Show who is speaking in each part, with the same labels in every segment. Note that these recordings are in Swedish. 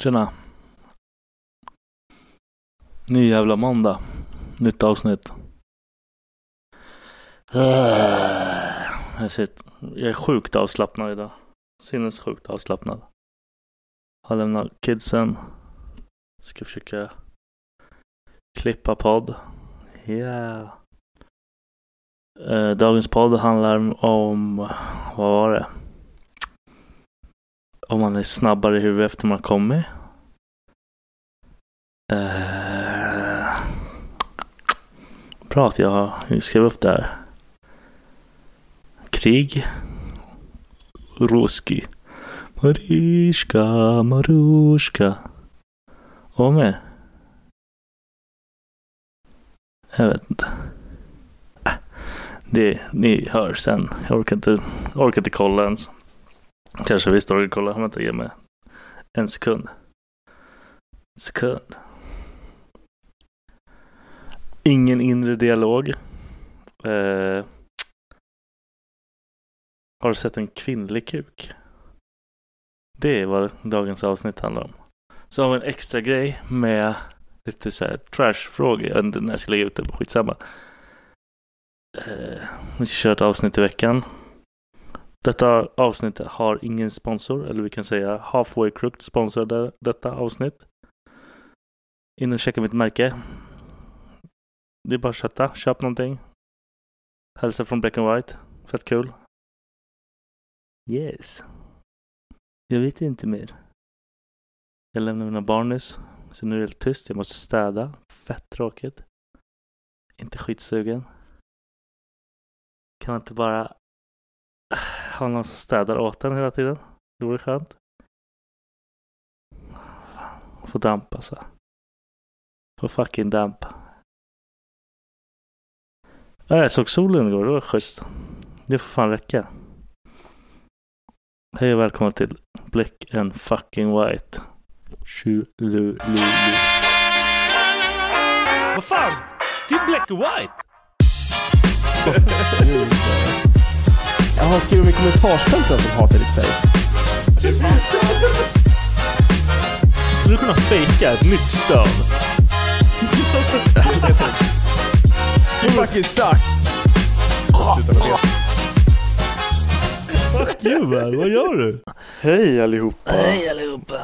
Speaker 1: Tjena. Ny jävla måndag. Nytt avsnitt. Jag, sitter, jag är sjukt avslappnad idag. Sinnessjukt avslappnad. Har lämnat kidsen. Ska försöka klippa podd. Yeah. Eh, Dagens podd handlar om vad var det? Om man är snabbare i huvudet efter man kommit. Eh, bra att jag skrev upp det här. Krig. Roski. Mariska, Maruska. Och vad mer? Jag vet inte. Äh, Det, ni hör sen. Jag orkar inte jag orkar inte kolla ens. Kanske visst orkar kolla. Om jag inte ger mig en sekund. Sekund. Ingen inre dialog. Eh. Har du sett en kvinnlig kuk? Det är vad dagens avsnitt handlar om. Så har vi en extra grej med lite så här trashfrågor. Jag vet inte när jag ska lägga ut det, men skitsamma. Eh, vi ska köra ett avsnitt i veckan. Detta avsnitt har ingen sponsor, eller vi kan säga Halfway Crooked sponsrade detta avsnitt. In och checka mitt märke. Det är bara att köta. Köp någonting. Hälsa från Black and White. Fett kul. Yes. Jag vet inte mer. Jag lämnade mina barn nyss, så nu är det helt tyst. Jag måste städa. Fett tråkigt. Inte skitsugen. Kan man inte bara har någon som alltså städar åt en hela tiden. Det vore skönt. Fan, Får damp alltså. Får fucking damp. Ja, jag såg solen igår. Det var schysst. Det får fan räcka. Hej och välkomna till Black and fucking white. Tjolololo. Vad fan? Det är black and white!
Speaker 2: Jaha, skriver de i kommentarsfältet att de hatar ditt face?
Speaker 1: Skulle du kunna fejka ett nytt stön?
Speaker 2: You fucking suck!
Speaker 1: Fuck you man, vad gör du?
Speaker 3: Hej allihopa!
Speaker 1: Hej allihopa!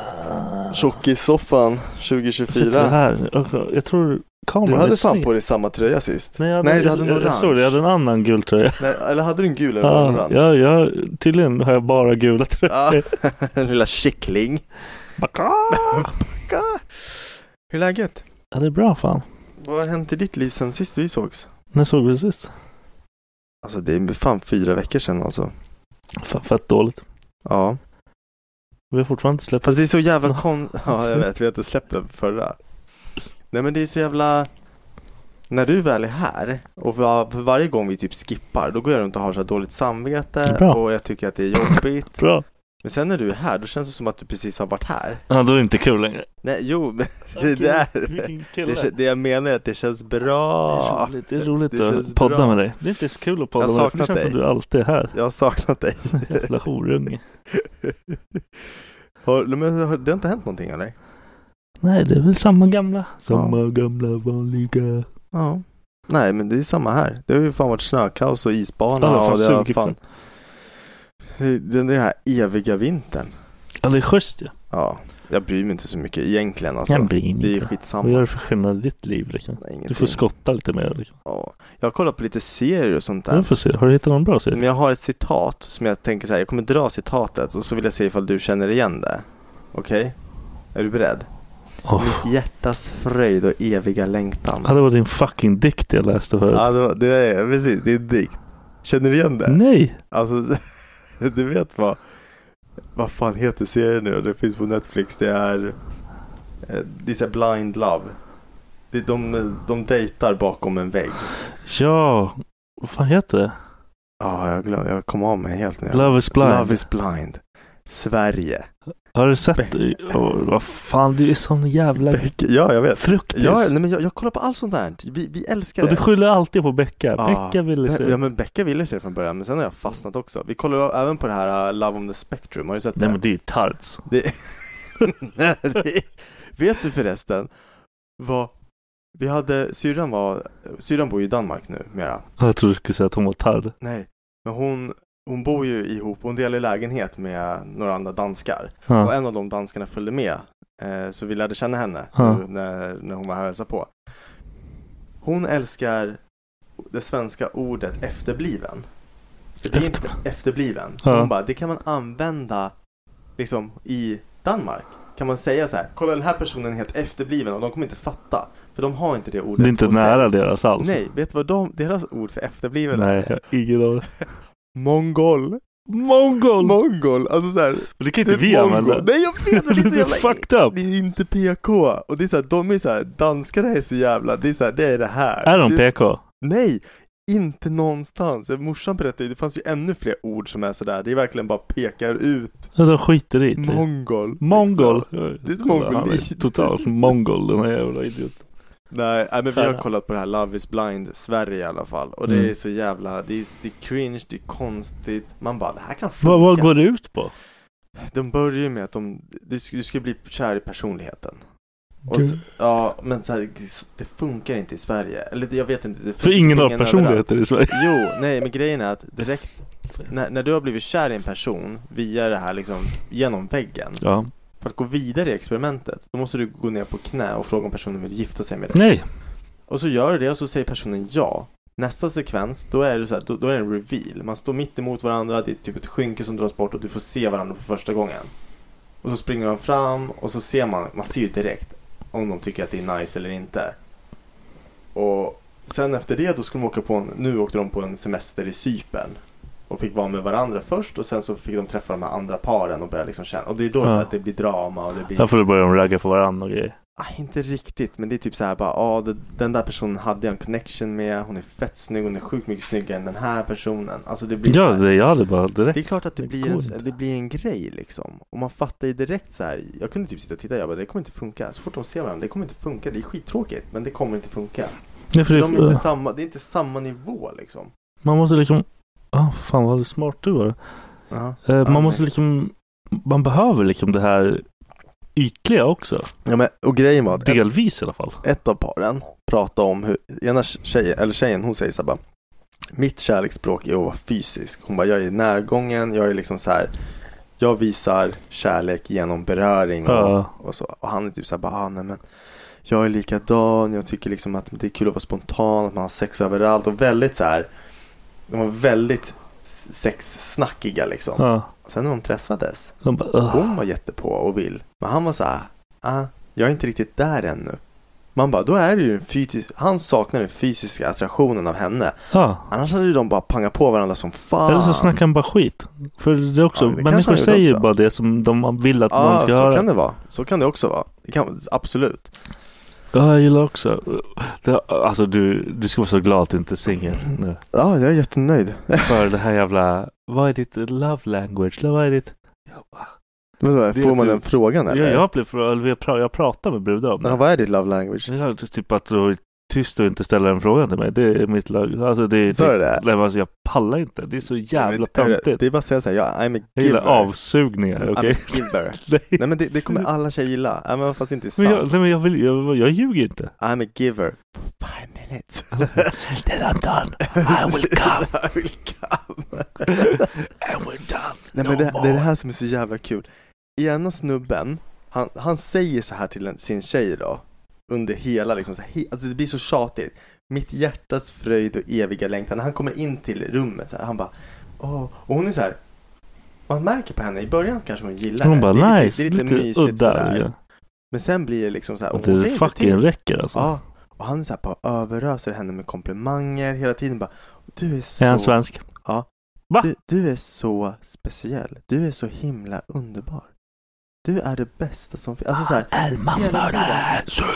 Speaker 3: Tjockisoffan
Speaker 1: Sitter
Speaker 3: 2024.
Speaker 1: här. Och Jag tror kameran
Speaker 3: Du
Speaker 1: är
Speaker 3: hade fan
Speaker 1: sned.
Speaker 3: på dig samma tröja sist.
Speaker 1: Nej, jag hade,
Speaker 3: Nej, du hade en
Speaker 1: jag, jag,
Speaker 3: orange.
Speaker 1: såg det, jag hade en annan gul tröja.
Speaker 3: Nej, eller hade du en gul eller en
Speaker 1: Ja,
Speaker 3: orange?
Speaker 1: ja, ja, tydligen har jag bara gula tröjor.
Speaker 3: Ja, lilla kyckling.
Speaker 1: Baka!
Speaker 3: Hur är läget?
Speaker 1: "Ah." Ja, det är bra fan.
Speaker 3: Vad har hänt i ditt liv sen sist vi sågs?
Speaker 1: När såg vi det sist?
Speaker 3: Alltså det är fan fyra veckor sedan alltså.
Speaker 1: Fan, fett dåligt.
Speaker 3: Ja.
Speaker 1: Vi har fortfarande inte släppt.
Speaker 3: Fast det är så jävla
Speaker 1: Ja.
Speaker 3: kon... Ja, jag vet. Vi har inte släppt den förra. Nej, men det är så jävla... När du väl är här och var, för varje gång vi typ skippar då går jag runt och har så här dåligt samvete
Speaker 1: Bra.
Speaker 3: och jag tycker att det är jobbigt.
Speaker 1: Bra.
Speaker 3: Men sen när du är här då känns det som att du precis har varit här.
Speaker 1: Ja, då är det inte kul längre.
Speaker 3: Nej, jo, men det där.
Speaker 1: Vilken kille.
Speaker 3: Det, kä- det jag menar är att det känns
Speaker 1: Det är
Speaker 3: bra.
Speaker 1: roligt, det är roligt
Speaker 3: Det
Speaker 1: att
Speaker 3: känns
Speaker 1: podda
Speaker 3: bra.
Speaker 1: med dig. Det är inte så kul att podda
Speaker 3: Jag
Speaker 1: med dig. för Det
Speaker 3: saknat
Speaker 1: känns som
Speaker 3: dig.
Speaker 1: du alltid är här.
Speaker 3: Jag har saknat dig.
Speaker 1: Jävla horunge.
Speaker 3: Har, men, har, det har inte hänt någonting eller?
Speaker 1: Nej, det är väl samma gamla. Samma gamla vanliga.
Speaker 3: Ja. Nej, men det är samma här. Det har ju fan varit snökaos och isbana.
Speaker 1: Ja, det har fan
Speaker 3: och det har
Speaker 1: sugit
Speaker 3: fan... Det- Den den här eviga vintern.
Speaker 1: Ja, det är schysst ja.
Speaker 3: Ja, jag bryr mig inte så mycket egentligen alltså.
Speaker 1: Jag bryr mig
Speaker 3: Det är
Speaker 1: inte.
Speaker 3: skitsamma.
Speaker 1: Vad gör det för skillnad i ditt liv liksom?
Speaker 3: Nej, ingenting.
Speaker 1: Du får skotta lite mer liksom.
Speaker 3: Ja. Jag har kollat på lite serier och sånt
Speaker 1: Du
Speaker 3: där.
Speaker 1: får se. Har du hittat någon bra
Speaker 3: Men
Speaker 1: serie?
Speaker 3: jag har ett citat som jag tänker så här, jag kommer dra citatet och så vill jag se ifall du känner igen det. Okej? Är du beredd?
Speaker 1: Åh.
Speaker 3: Mitt hjärtas fröjd och eviga längtan.
Speaker 1: Ja, det var din fucking dikt jag läste förut.
Speaker 3: Ja, det, var, det är precis, det är en dikt. Känner du igen det?
Speaker 1: Nej!
Speaker 3: Alltså, du vet vad Vad fan heter serien nu? Det finns på Netflix. Det är eh, Det är så här Blind Love. Det, de, de dejtar bakom en vägg.
Speaker 1: Ja! Vad fan heter det?
Speaker 3: Ja, jag glömde. Jag kom av mig helt nu.
Speaker 1: Love is blind.
Speaker 3: Love is blind. Sverige.
Speaker 1: Har du sett? Åh, vad fan, du är sån jävla
Speaker 3: Beck, ja, jag vet.
Speaker 1: fruktis.
Speaker 3: Ja, nej, men jag, jag kollar på allt sånt där. Vi, vi älskar
Speaker 1: och
Speaker 3: det.
Speaker 1: du skyller alltid på Becka.
Speaker 3: Ja.
Speaker 1: Becka ville se.
Speaker 3: Ja, men Becka ville se det från början, men sen har jag fastnat också. Vi kollar ju även på det här eh, Love on the Spectrum. Har du sett det?
Speaker 1: Nej men det är ju tarts.
Speaker 3: Det... Nej, det... Vet du förresten vad vi hade, syrran var, syrran bor ju i Danmark nu mera.
Speaker 1: Jag trodde du skulle säga att hon var tard.
Speaker 3: Nej, men hon, hon bor ju ihop, hon delar lägenhet med några andra danskar. Och
Speaker 1: Ja.
Speaker 3: en av de danskarna följde med, eh, så vi lärde känna henne
Speaker 1: Ja.
Speaker 3: nu när, när hon var här och hälsade på. Hon älskar det svenska ordet efterbliven. För det är inte efterbliven. Hon
Speaker 1: Ja.
Speaker 3: bara, det kan man använda liksom i Danmark. Kan man säga så här, kolla den här personen är helt efterbliven och de kommer inte fatta. För de har inte det ordet.
Speaker 1: Det är inte
Speaker 3: hos sig.
Speaker 1: nära alltså. deras alls.
Speaker 3: Nej, vet du vad de, deras ord för efterbliven
Speaker 1: Nej, jag
Speaker 3: är?
Speaker 1: har ingen aning.
Speaker 3: Mongol.
Speaker 1: Mongol!
Speaker 3: Mongol. Alltså så här,
Speaker 1: Men det kan inte
Speaker 3: det är
Speaker 1: vi
Speaker 3: mongo.
Speaker 1: använda.
Speaker 3: Nej jag vet, men det är så jävla
Speaker 1: Fucked up.
Speaker 3: Det är inte PK och det är så här, de är så här, danskarna är så jävla, det är så här, det är det här
Speaker 1: Är de
Speaker 3: Det-
Speaker 1: PK?
Speaker 3: Nej, inte någonstans Morsan berättade ju, det fanns ju ännu fler ord som är sådär Det är verkligen bara pekar ut
Speaker 1: Ja, de skiter i det.
Speaker 3: Mongol
Speaker 1: Mongol.
Speaker 3: liksom.
Speaker 1: Det
Speaker 3: är ett mongolid.
Speaker 1: Totalt mongol den här jävla idioten.
Speaker 3: Nej, nej, men vi har
Speaker 1: Stjärna.
Speaker 3: kollat på det här Love is blind Sverige i alla fall Och det
Speaker 1: Mm.
Speaker 3: är så jävla, det är, det är cringe, det är konstigt Man bara, det här kan funka
Speaker 1: Vad, vad går det ut på?
Speaker 3: De börjar ju med att de, du ska, du ska bli kär i personligheten Och så, ja, men så här, det funkar inte i Sverige. Eller jag vet inte. Det
Speaker 1: För ingen har
Speaker 3: överallt.
Speaker 1: personligheter i Sverige.
Speaker 3: Jo, nej, men grejen är att direkt när, när du har blivit kär i en person via det här liksom genom väggen.
Speaker 1: Ja.
Speaker 3: För att gå vidare i experimentet, då måste du gå ner på knä och fråga om personen vill gifta sig med dig.
Speaker 1: Nej.
Speaker 3: Och så gör du det och så säger personen ja. Nästa sekvens, då är det så här, då, då är det en reveal. Man står mitt emot varandra, det är typ ett skynke som dras bort och du får se varandra för första gången. Och så springer de fram och så ser man, man ser ju direkt om de tycker att det är nice eller inte. Och sen efter det då skulle de åka på en, nu åkte de på en semester i Cypern. Och fick vara med varandra först och sen så fick de träffa de här andra paren och börja liksom känna. Och det är då så
Speaker 1: Ja.
Speaker 3: att det blir drama och det blir...
Speaker 1: Här får du börja om ragga på varandra och grejer.
Speaker 3: Ah, inte riktigt, men det är typ så här bara, ja det- den där personen hade jag en connection med, hon är fett snygg, hon är sjukt mycket snyggare än den här personen. Alltså det blir
Speaker 1: Ja,
Speaker 3: så här,
Speaker 1: det jag hade bara
Speaker 3: det är
Speaker 1: direkt.
Speaker 3: klart att det,
Speaker 1: det
Speaker 3: blir
Speaker 1: går
Speaker 3: en,
Speaker 1: inte.
Speaker 3: det blir en grej liksom. Och man fattar ju direkt så här, jag kunde typ sitta och titta, jag bara det kommer inte funka. Så fort de ser varandra, det kommer inte funka, det är skittråkigt, men det kommer inte funka.
Speaker 1: Nej, för
Speaker 3: För de är inte
Speaker 1: det,
Speaker 3: samma, det är inte samma nivå liksom.
Speaker 1: man måste liksom... Ah, fan vad smart du var.
Speaker 3: Ja,
Speaker 1: Eh,
Speaker 3: men-
Speaker 1: man måste liksom... Man behöver liksom det här ytliga också.
Speaker 3: ja men, och grejen var att
Speaker 1: Delvis i alla fall.
Speaker 3: ett av paren pratade om hur, ena tjejen, eller tjejen hon säger så här bara Mitt kärleksspråk är att vara fysisk. Hon bara, jag är närgången, jag är liksom så här Jag visar kärlek genom beröring och,
Speaker 1: Ja.
Speaker 3: och så. Och han är typ så här bara, ah, nej men Jag är likadan, jag tycker liksom att det är kul att vara spontan, att man har sex överallt och väldigt så här De var väldigt sexsnackiga liksom.
Speaker 1: Ja.
Speaker 3: Sen när de träffades,
Speaker 1: De
Speaker 3: Oh.
Speaker 1: bara, "Ugh."
Speaker 3: hon var jättepå och vill. Men han var så här, ah, jag är inte riktigt där ännu. Man bara, då är det ju en fysisk, han saknar den fysiska attraktionen av henne.
Speaker 1: Ja.
Speaker 3: Annars hade ju de bara pangat på varandra som fan.
Speaker 1: Eller så snackar han bara skit. För det är också,
Speaker 3: Ah. Ja, det kanske
Speaker 1: människor
Speaker 3: han gjorde
Speaker 1: säger ju
Speaker 3: också.
Speaker 1: bara det som de vill att någon
Speaker 3: Ja,
Speaker 1: ska
Speaker 3: så
Speaker 1: höra.
Speaker 3: kan det vara. Så kan det också vara. Det kan, absolut.
Speaker 1: Ja, jag gillar också. Det, alltså du, du ska vara så glad att du inte är singel nu.
Speaker 3: Ja, jag är jättenöjd.
Speaker 1: För det här jävla, vad är ditt love language? Eller Vad är ditt... Jag, bara,
Speaker 3: Vadå,
Speaker 1: Det är
Speaker 3: Får man
Speaker 1: du-
Speaker 3: den frågan eller?
Speaker 1: jag, jag, blev, för- eller jag pra- jag pratar med brudar om det.
Speaker 3: Ja, vad är ditt love language?
Speaker 1: Jag har typ att du är tyst och inte ställer en fråga till mig. Det är mitt lag. Alltså det är...
Speaker 3: Så är det?
Speaker 1: Nej, men alltså, jag pallar inte. Det är så jävla
Speaker 3: Nej, men, hörru,
Speaker 1: töntigt.
Speaker 3: Det är bara att säga såhär, ja, I'm a
Speaker 1: Jag gillar
Speaker 3: giver.
Speaker 1: avsugningar, okej?
Speaker 3: I'm a giver.
Speaker 1: Nej.
Speaker 3: Nej men det, det kommer alla tjejer gilla, även om fast det inte är
Speaker 1: Men
Speaker 3: sant.
Speaker 1: jag, nej, men jag, vill, jag, jag ljuger inte.
Speaker 3: I'm a giver. Five minutes.
Speaker 1: Then I'm done. I will come.
Speaker 3: I will come.
Speaker 1: And we're done.
Speaker 3: Nej
Speaker 1: No
Speaker 3: men det, det
Speaker 1: more.
Speaker 3: är det här som är så jävla kul. Ena snubben, han, han säger så här till en, sin tjej då. Under hela liksom, så här, he, alltså det blir så tjatigt. Mitt hjärtas fröjd och eviga längtan. Han kommer in till rummet så här, han bara Åh, och hon är så här. Man märker på henne, i början kanske hon gillar
Speaker 1: Hon
Speaker 3: det.
Speaker 1: bara
Speaker 3: det. är
Speaker 1: nice,
Speaker 3: lite, det är lite, mysigt
Speaker 1: udda.
Speaker 3: sådär.
Speaker 1: Ja.
Speaker 3: Men sen blir det liksom så här, och
Speaker 1: Att
Speaker 3: hon
Speaker 1: det
Speaker 3: säger inte till.
Speaker 1: fucking räcker alltså.
Speaker 3: Ja, och han är så här bara överöser henne med komplimanger hela tiden bara Du är så,
Speaker 1: är han svensk?
Speaker 3: Ja.
Speaker 1: Va?
Speaker 3: du, du är så speciell, du är så himla underbar Du är det bästa som finns, alltså så här,
Speaker 1: är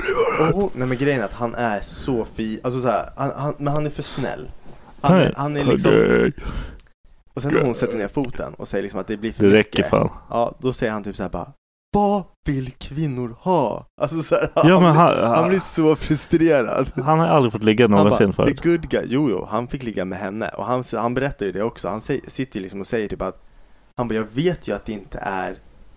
Speaker 3: Hela och, Nej men grejen är att han är så fi, alltså så här, han, han, men han är för snäll han är, han är liksom, och sen när hon sätter ner foten och säger liksom att det blir för
Speaker 1: Det
Speaker 3: mycket
Speaker 1: räcker fan.
Speaker 3: Ja, då säger han typ så här bara Vad vill kvinnor ha? Alltså så här,
Speaker 1: Ja, men
Speaker 3: blir-
Speaker 1: han,
Speaker 3: han blir
Speaker 1: han,
Speaker 3: så frustrerad
Speaker 1: han har aldrig fått ligga
Speaker 3: han
Speaker 1: någonsin
Speaker 3: bara,
Speaker 1: förut.
Speaker 3: the good guy, jo, jo, han fick ligga med henne och han, han berättar ju det också, han säger, sitter ju liksom och säger typ att han bara, jag vet ju att det inte är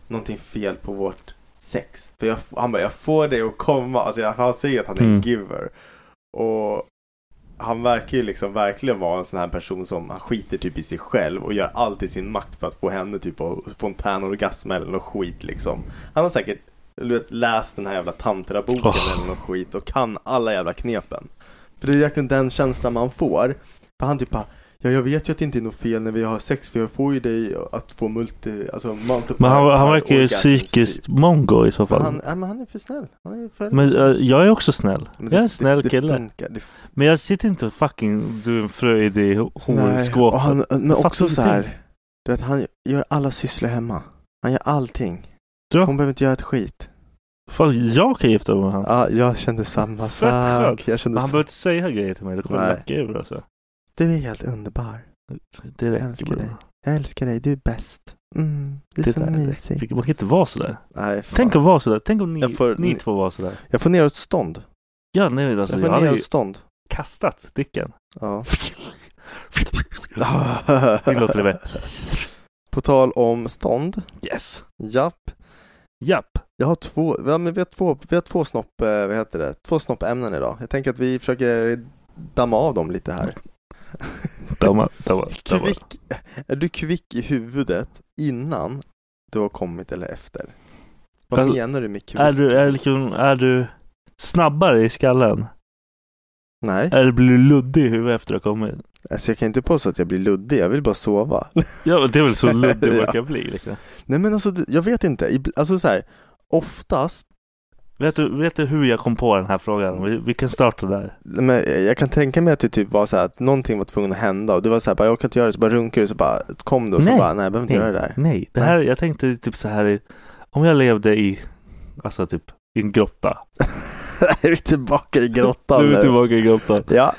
Speaker 3: någonting fel på vårt sex, för jag, han bara, jag får dig att komma, alltså jag, han säger att han är en
Speaker 1: Mm.
Speaker 3: giver och han verkar ju liksom verkligen vara en sån här person som han skiter typ i sig själv och gör allt i sin makt för att få henne typ att få en orgasm eller något skit liksom. Han har säkert du vet, läst den här jävla tantraboken
Speaker 1: Oh.
Speaker 3: eller något skit och kan alla jävla knepen. För det är egentligen den känslan man får. För han typ bara, ja jag vet ju att det inte är något fel när vi har sex för jag får ju dig att få multi, alltså multiple
Speaker 1: Men han, han verkar ju
Speaker 3: orgasms
Speaker 1: psykiskt
Speaker 3: typ.
Speaker 1: mongo i så
Speaker 3: Men
Speaker 1: fall.
Speaker 3: han, nej, men han är för snäll. Han är för...
Speaker 1: Men eh, jag är också snäll.
Speaker 3: Men
Speaker 1: jag är en snäll
Speaker 3: det,
Speaker 1: kille.
Speaker 3: Det funkar. Det
Speaker 1: Men jag sitter inte och fucking du är en fröjd i ho-
Speaker 3: Nej, och
Speaker 1: hornskåpet.
Speaker 3: han, men
Speaker 1: Jag
Speaker 3: också
Speaker 1: fattar
Speaker 3: så här, du vet, han gör alla sysslor hemma. Han gör allting.
Speaker 1: Ja.
Speaker 3: Hon behöver inte göra ett skit.
Speaker 1: Fan, jag kan gifta mig med honom.
Speaker 3: Ja, jag kände samma sak.
Speaker 1: skönt.
Speaker 3: Jag kände
Speaker 1: Men han
Speaker 3: samma.
Speaker 1: behöver inte säga grejer till mig. Det kommer
Speaker 3: Nej.
Speaker 1: lacka ur alltså.
Speaker 3: Du är helt underbar.
Speaker 1: Det räcker
Speaker 3: Jag älskar
Speaker 1: bara.
Speaker 3: dig. Jag älskar dig, du är bäst. Mm, du är
Speaker 1: Det
Speaker 3: så
Speaker 1: där
Speaker 3: mysig.
Speaker 1: räcker. Man kan inte vara sådär.
Speaker 3: Nej, fan.
Speaker 1: Tänk att vara sådär. Tänk om ni,
Speaker 3: Jag får-
Speaker 1: ni
Speaker 3: ni-
Speaker 1: två var sådär.
Speaker 3: Jag får neråtstånd.
Speaker 1: Ja, nej, alltså,
Speaker 3: Jag
Speaker 1: jag
Speaker 3: får
Speaker 1: hade ju
Speaker 3: neråtstånd.
Speaker 1: kastat dicken.
Speaker 3: Ja.
Speaker 1: Det låter det väl.
Speaker 3: På tal om stånd.
Speaker 1: Yes.
Speaker 3: Japp.
Speaker 1: Japp.
Speaker 3: Jag har två, ja, men vi har två, vi har två snopp, eh, vad heter det, två snoppämnen idag. Jag tänker att vi försöker damma av dem lite här.
Speaker 1: Damma, damma, damma.
Speaker 3: Kvick, är du kvick i huvudet innan du har kommit eller efter? Vad
Speaker 1: Alltså,
Speaker 3: menar du med kvick?
Speaker 1: Är du, är, liksom, är du snabbare i skallen?
Speaker 3: Nej,
Speaker 1: Eller blir du luddig i huvudet efter att ha kommit?
Speaker 3: alltså jag kan inte påstå att jag blir luddig, jag vill bara sova.
Speaker 1: Ja, men det är väl så luddig man
Speaker 3: Ja.
Speaker 1: kan bli liksom.
Speaker 3: Nej men alltså, det- jag vet inte, Ib- alltså så här, oftast,
Speaker 1: Vet du, vet du hur jag kom på den här frågan? Vi, vi kan starta där.
Speaker 3: men jag kan tänka mig att det typ var så här att någonting var tvungen att hända och du var så här, bara, jag orkar inte göra det, så bara runkar du så bara kom du och så
Speaker 1: Nej.
Speaker 3: bara, nej jag behöver inte göra det där.
Speaker 1: nej. Det här, jag tänkte typ så här i, om jag levde i, alltså typ i en grotta.
Speaker 3: är vi tillbaka i grottan
Speaker 1: Nu är vi
Speaker 3: nu?
Speaker 1: tillbaka i grottan.
Speaker 3: Ja,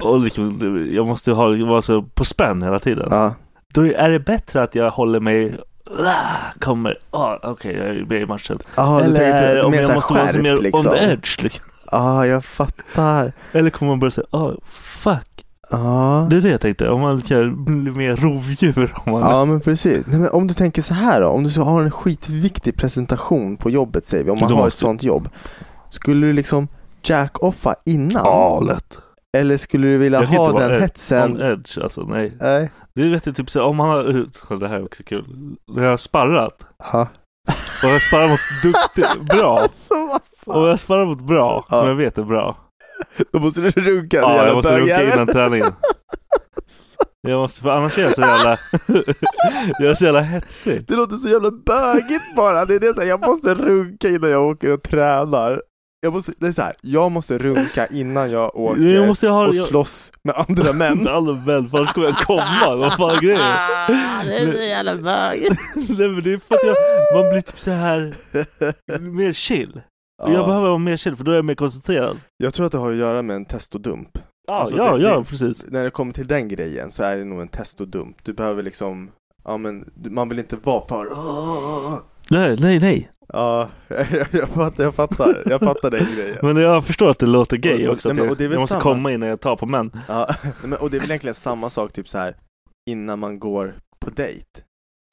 Speaker 1: Och liksom, jag måste ha, vara så på spänn hela tiden.
Speaker 3: ja.
Speaker 1: Då är det bättre att jag håller mig Ah, kommer, ah, okej jag är med i matchen.
Speaker 3: Ah, du tänker
Speaker 1: Eller
Speaker 3: lite
Speaker 1: om
Speaker 3: mer så
Speaker 1: jag
Speaker 3: här
Speaker 1: måste vara som
Speaker 3: skärpt,
Speaker 1: mer on the edge. Liksom.
Speaker 3: Ja, jag fattar.
Speaker 1: Eller kommer man börja säga, ah, fuck.
Speaker 3: Ja.
Speaker 1: Det är det jag tänkte, om man kan bli mer rovdjur. Om man...
Speaker 3: Ja men precis. Nej, men om du tänker så här då. Om du så har en skitviktig presentation på jobbet säger vi. Om man
Speaker 1: Då
Speaker 3: har ett
Speaker 1: måste-
Speaker 3: sånt jobb. Skulle du liksom jack-offa innan?
Speaker 1: Ja, lätt.
Speaker 3: Eller skulle du vilja
Speaker 1: Jag kan
Speaker 3: ha
Speaker 1: inte vara
Speaker 3: den
Speaker 1: ed-
Speaker 3: hetsen?
Speaker 1: On edge, alltså nej.
Speaker 3: Nej.
Speaker 1: Du vet ju typ så här, om man har, det här är också kul. När jag har sparrat,
Speaker 3: Ja.
Speaker 1: och jag sparrar mot duktig, bra.
Speaker 3: Alltså vad
Speaker 1: Och
Speaker 3: fan.
Speaker 1: jag sparrar mot bra,
Speaker 3: Ja.
Speaker 1: som jag vet är bra.
Speaker 3: Då måste du runka din
Speaker 1: Ja, jag
Speaker 3: jävla
Speaker 1: måste runka innan
Speaker 3: bögjävel.
Speaker 1: träningen. Jag måste, för annars är jag så jävla, jag är så jävla hetsig.
Speaker 3: Det låter så jävla bögigt bara. Det är det så här, jag måste runka innan jag åker och tränar. jag måste, det är så här, jag måste runka innan jag åker
Speaker 1: Jag måste ha-
Speaker 3: och
Speaker 1: jag-
Speaker 3: slåss med andra män.
Speaker 1: Alla män, för annars kommer jag komma. Vad fan är grejen?
Speaker 4: Ah, det är så jävla bög.
Speaker 1: Nej men det är för att jag, man blir typ så här mer chill.
Speaker 3: Ja.
Speaker 1: Jag behöver vara mer chill för då är jag mer koncentrerad.
Speaker 3: jag tror att det har att göra med en testodump.
Speaker 1: Ja,
Speaker 3: Alltså,
Speaker 1: ja,
Speaker 3: det-
Speaker 1: ja
Speaker 3: det-
Speaker 1: precis.
Speaker 3: När det kommer till den grejen så är det nog en testodump. Du behöver liksom, ja men, du- man vill inte vara för
Speaker 1: Nej, nej, nej.
Speaker 3: Ja, jag, jag, fattar, jag fattar, jag fattar den grejen.
Speaker 1: Men jag förstår att det låter gay
Speaker 3: Och- och-
Speaker 1: också.
Speaker 3: nej,
Speaker 1: att
Speaker 3: men-
Speaker 1: jag-
Speaker 3: och det är väl
Speaker 1: jag måste
Speaker 3: samma-
Speaker 1: komma innan jag tar på män.
Speaker 3: Ja, men, och det är väl egentligen samma sak typ så här innan man går på dejt.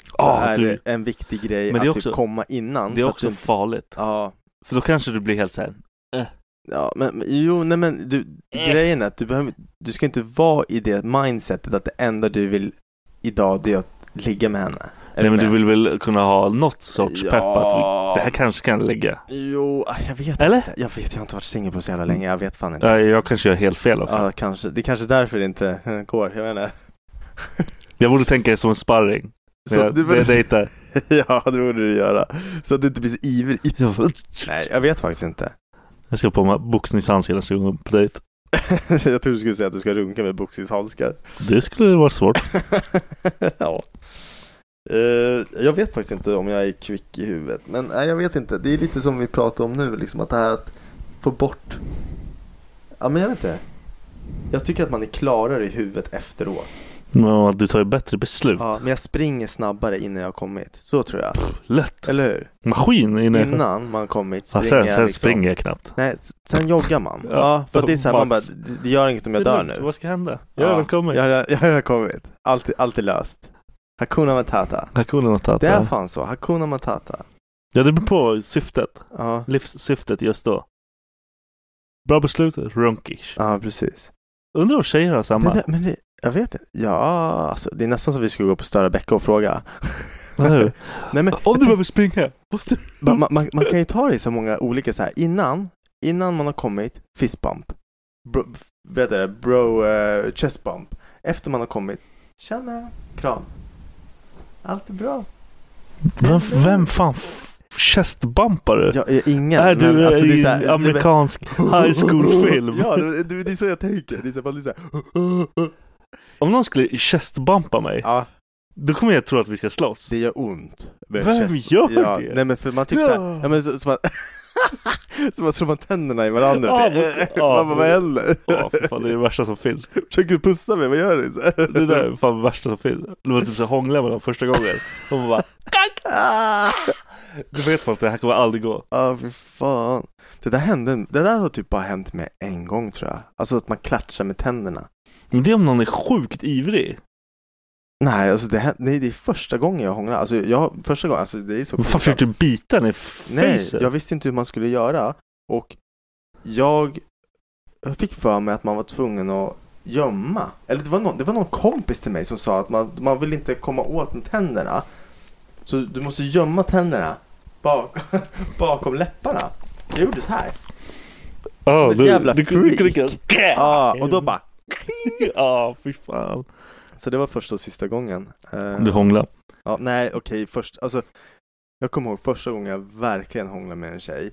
Speaker 3: Så
Speaker 1: Ja,
Speaker 3: är
Speaker 1: Ah, du,
Speaker 3: det en viktig grej
Speaker 1: Men det är
Speaker 3: att
Speaker 1: också-
Speaker 3: typ komma innan.
Speaker 1: det är
Speaker 3: så att
Speaker 1: också
Speaker 3: du inte-
Speaker 1: farligt.
Speaker 3: Ja,
Speaker 1: För då kanske du blir helt såhär,
Speaker 3: ja men men- jo, nej men du,
Speaker 1: Eh.
Speaker 3: grejen är att du behöver, du ska inte vara i det mindsetet att det enda du vill idag det är att ligga med henne. Är
Speaker 1: nej men du
Speaker 3: med?
Speaker 1: vill väl kunna ha något sorts
Speaker 3: Ja.
Speaker 1: pepp att det här kanske kan ligga.
Speaker 3: Jo, ah, jag vet
Speaker 1: Eller?
Speaker 3: inte. Jag vet, jag har inte varit singel på så jävla länge, jag vet fan inte.
Speaker 1: Ja, jag kanske gör helt fel också.
Speaker 3: Ja, kanske. Det är kanske därför det inte eh, går, jag vet inte.
Speaker 1: Jag borde tänka som en sparring.
Speaker 3: Så
Speaker 1: när jag,
Speaker 3: du
Speaker 1: när jag
Speaker 3: borde-
Speaker 1: dejtar.
Speaker 3: ja, det borde du göra. Så att du inte blir så ivrig.
Speaker 1: Jag får-
Speaker 3: Nej, jag vet faktiskt inte.
Speaker 1: Jag ska på mig boxningshandskar nästa gång jag går på dejt.
Speaker 3: jag trodde du skulle säga att du ska runka med boxningshandskar.
Speaker 1: Det skulle vara svårt.
Speaker 3: ja. Eh, jag vet faktiskt inte om jag är kvick i huvudet. Men nej, jag vet inte. Det är lite som vi pratar om nu, liksom att det här att få bort. Ja, men jag vet inte. Jag tycker att man är klarare i huvudet efteråt.
Speaker 1: Ja, du tar ju bättre beslut.
Speaker 3: Ja, men jag springer snabbare innan jag har kommit. Så tror jag.
Speaker 1: Lätt.
Speaker 3: Eller hur?
Speaker 1: Maskin innan. Ja,
Speaker 3: Innan man har kommit
Speaker 1: sen
Speaker 3: springer
Speaker 1: sen
Speaker 3: jag liksom.
Speaker 1: springer jag knappt.
Speaker 3: Nej, s- sen joggar man.
Speaker 1: Ja.
Speaker 3: ja, för att det är så här, man bara,
Speaker 1: Max.
Speaker 3: det det gör inget om jag
Speaker 1: Det är
Speaker 3: dör
Speaker 1: lugnt,
Speaker 3: nu.
Speaker 1: Vad ska hända? Jag har
Speaker 3: Ja,
Speaker 1: redan kommit.
Speaker 3: Jag har- jag har redan kommit. Allt, är- allt är löst. Hakuna Matata.
Speaker 1: Hakuna
Speaker 3: Det är
Speaker 1: Matata.
Speaker 3: fan så. Hakuna Matata.
Speaker 1: Ja, det beror på syftet.
Speaker 3: Ja,
Speaker 1: Livssyftet just då. Bra beslut, runkish.
Speaker 3: ja precis.
Speaker 1: Undrar om tjejer har
Speaker 3: Det,
Speaker 1: samma.
Speaker 3: där- men det, jag vet inte. Ja, alltså, det är nästan som vi skulle gå på Störa Bäcka och fråga.
Speaker 1: Eller hur?
Speaker 3: Nej, men,
Speaker 1: Om du behöver springa, måste du...
Speaker 3: man, man- man, man kan ju ta det i så många olika så här. Innan, innan man har kommit, fist bump. Bro, vet du det? Bro, eh, chest bump. Efter man har kommit, tjena, kram. Allt är bra.
Speaker 1: Vem, vem fan f- chestbumpar du?
Speaker 3: Ja, eh, ingen.
Speaker 1: är du
Speaker 3: men, alltså, det är så här-
Speaker 1: i amerikansk high school-film?
Speaker 3: Ja, det, det, det är så jag tänker. Det är så här, man blir så här,
Speaker 1: Om någon skulle chestbumpa mig,
Speaker 3: ja,
Speaker 1: då kommer jag tro att vi ska slåss.
Speaker 3: det gör ont. Men
Speaker 1: Vem
Speaker 3: känslan-
Speaker 1: gör
Speaker 3: ja,
Speaker 1: det?
Speaker 3: Nej men för man typ
Speaker 1: Ja.
Speaker 3: så här, ja, men så, så man, så man slår man tänderna i varandra.
Speaker 1: Ja,
Speaker 3: Typ.
Speaker 1: men- ja.
Speaker 3: man bara, vad händer?
Speaker 1: Ja, för fan, det är det värsta som finns.
Speaker 3: Försöker du pussa mig? Vad gör du? Så här.
Speaker 1: Det där är fan det värsta som finns. Det var typ så hångla med dem första gången. Och man bara
Speaker 3: Ah!
Speaker 1: Du vet folk, det här kommer aldrig gå.
Speaker 3: Ja, fy fan. Det där hände, det där har typ bara hänt mig en gång tror jag. Alltså att man klatschar med tänderna.
Speaker 1: Men det är om någon är sjukt ivrig.
Speaker 3: Nej, alltså det, hä- nej, det är första gången jag hånglar. Alltså jag, första gången, alltså det är så
Speaker 1: Vad fan
Speaker 3: pinsamt.
Speaker 1: försökte du bita den i facet?
Speaker 3: Nej, jag visste inte hur man skulle göra och jag jag fick för mig att man var tvungen att gömma. Eller det var någon, det var någon kompis till mig som sa att man, man vill inte komma åt med tänderna. Så du måste gömma tänderna bak, bakom läpparna. Så jag gjorde så här.
Speaker 1: Ja,
Speaker 3: som ett
Speaker 1: du-
Speaker 3: jävla
Speaker 1: du kunde- du kunde- Ah,
Speaker 3: Ja, och då bara.
Speaker 1: Ja, fy fan.
Speaker 3: Så det var första och sista gången. Eh,
Speaker 1: Du hånglar.
Speaker 3: Ja, nej, okej, först, alltså Jag kommer ihåg första gången jag verkligen hånglade med en tjej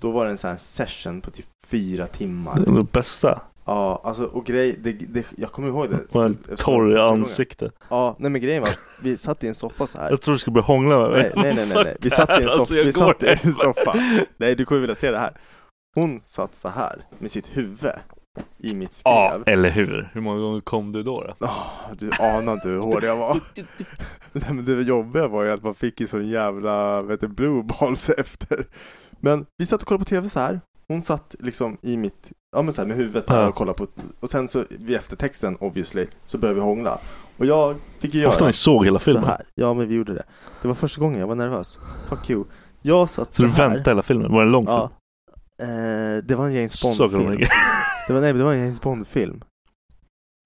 Speaker 3: Då var det en sån här session på typ fyra
Speaker 1: Det
Speaker 3: timmar
Speaker 1: är det bästa.
Speaker 3: Ja, alltså och grej, det, det, jag kommer ihåg det
Speaker 1: Och en
Speaker 3: Eftersom
Speaker 1: torr i
Speaker 3: första gången-
Speaker 1: ansiktet.
Speaker 3: Ja, nej men grejen var att vi satt i en soffa så här
Speaker 1: Jag tror du skulle börja hångla med
Speaker 3: Nej,
Speaker 1: mig.
Speaker 3: nej, nej, nej, nej. vi
Speaker 1: Fuck
Speaker 3: satt i
Speaker 1: det
Speaker 3: en
Speaker 1: här,
Speaker 3: soffa,
Speaker 1: jag
Speaker 3: vi
Speaker 1: går
Speaker 3: satt i en
Speaker 1: hem.
Speaker 3: soffa Nej, du kommer vilja se det här Hon satt så här med sitt huvud i mitt
Speaker 1: Ja,
Speaker 3: skrev
Speaker 1: eller hur? Hur många gånger kom du då? då?
Speaker 3: Ah, du anar inte hur hård jag var. Nej, men det jobbiga var ju att man fick ju sån jävla, vet du, blue balls efter. Men vi satt och kollade på tv så här. Hon satt liksom i mitt, ja men så här med huvudet där
Speaker 1: Ja.
Speaker 3: och kollade på, och sen så vid eftertexten obviously, så började vi hångla. Och jag fick ju göra
Speaker 1: Ofta ni såg hela
Speaker 3: så
Speaker 1: filmen. Så,
Speaker 3: här. Ja men vi gjorde det. Det var första gången jag var nervös. Fuck you. Jag satt så,
Speaker 1: du
Speaker 3: här.
Speaker 1: väntade hela filmen? Var det en lång
Speaker 3: Ja.
Speaker 1: film?
Speaker 3: Eh, det var en James
Speaker 1: Så kommer
Speaker 3: Bond-film.
Speaker 1: den-
Speaker 3: Det var, nej, det var en James Bond-film.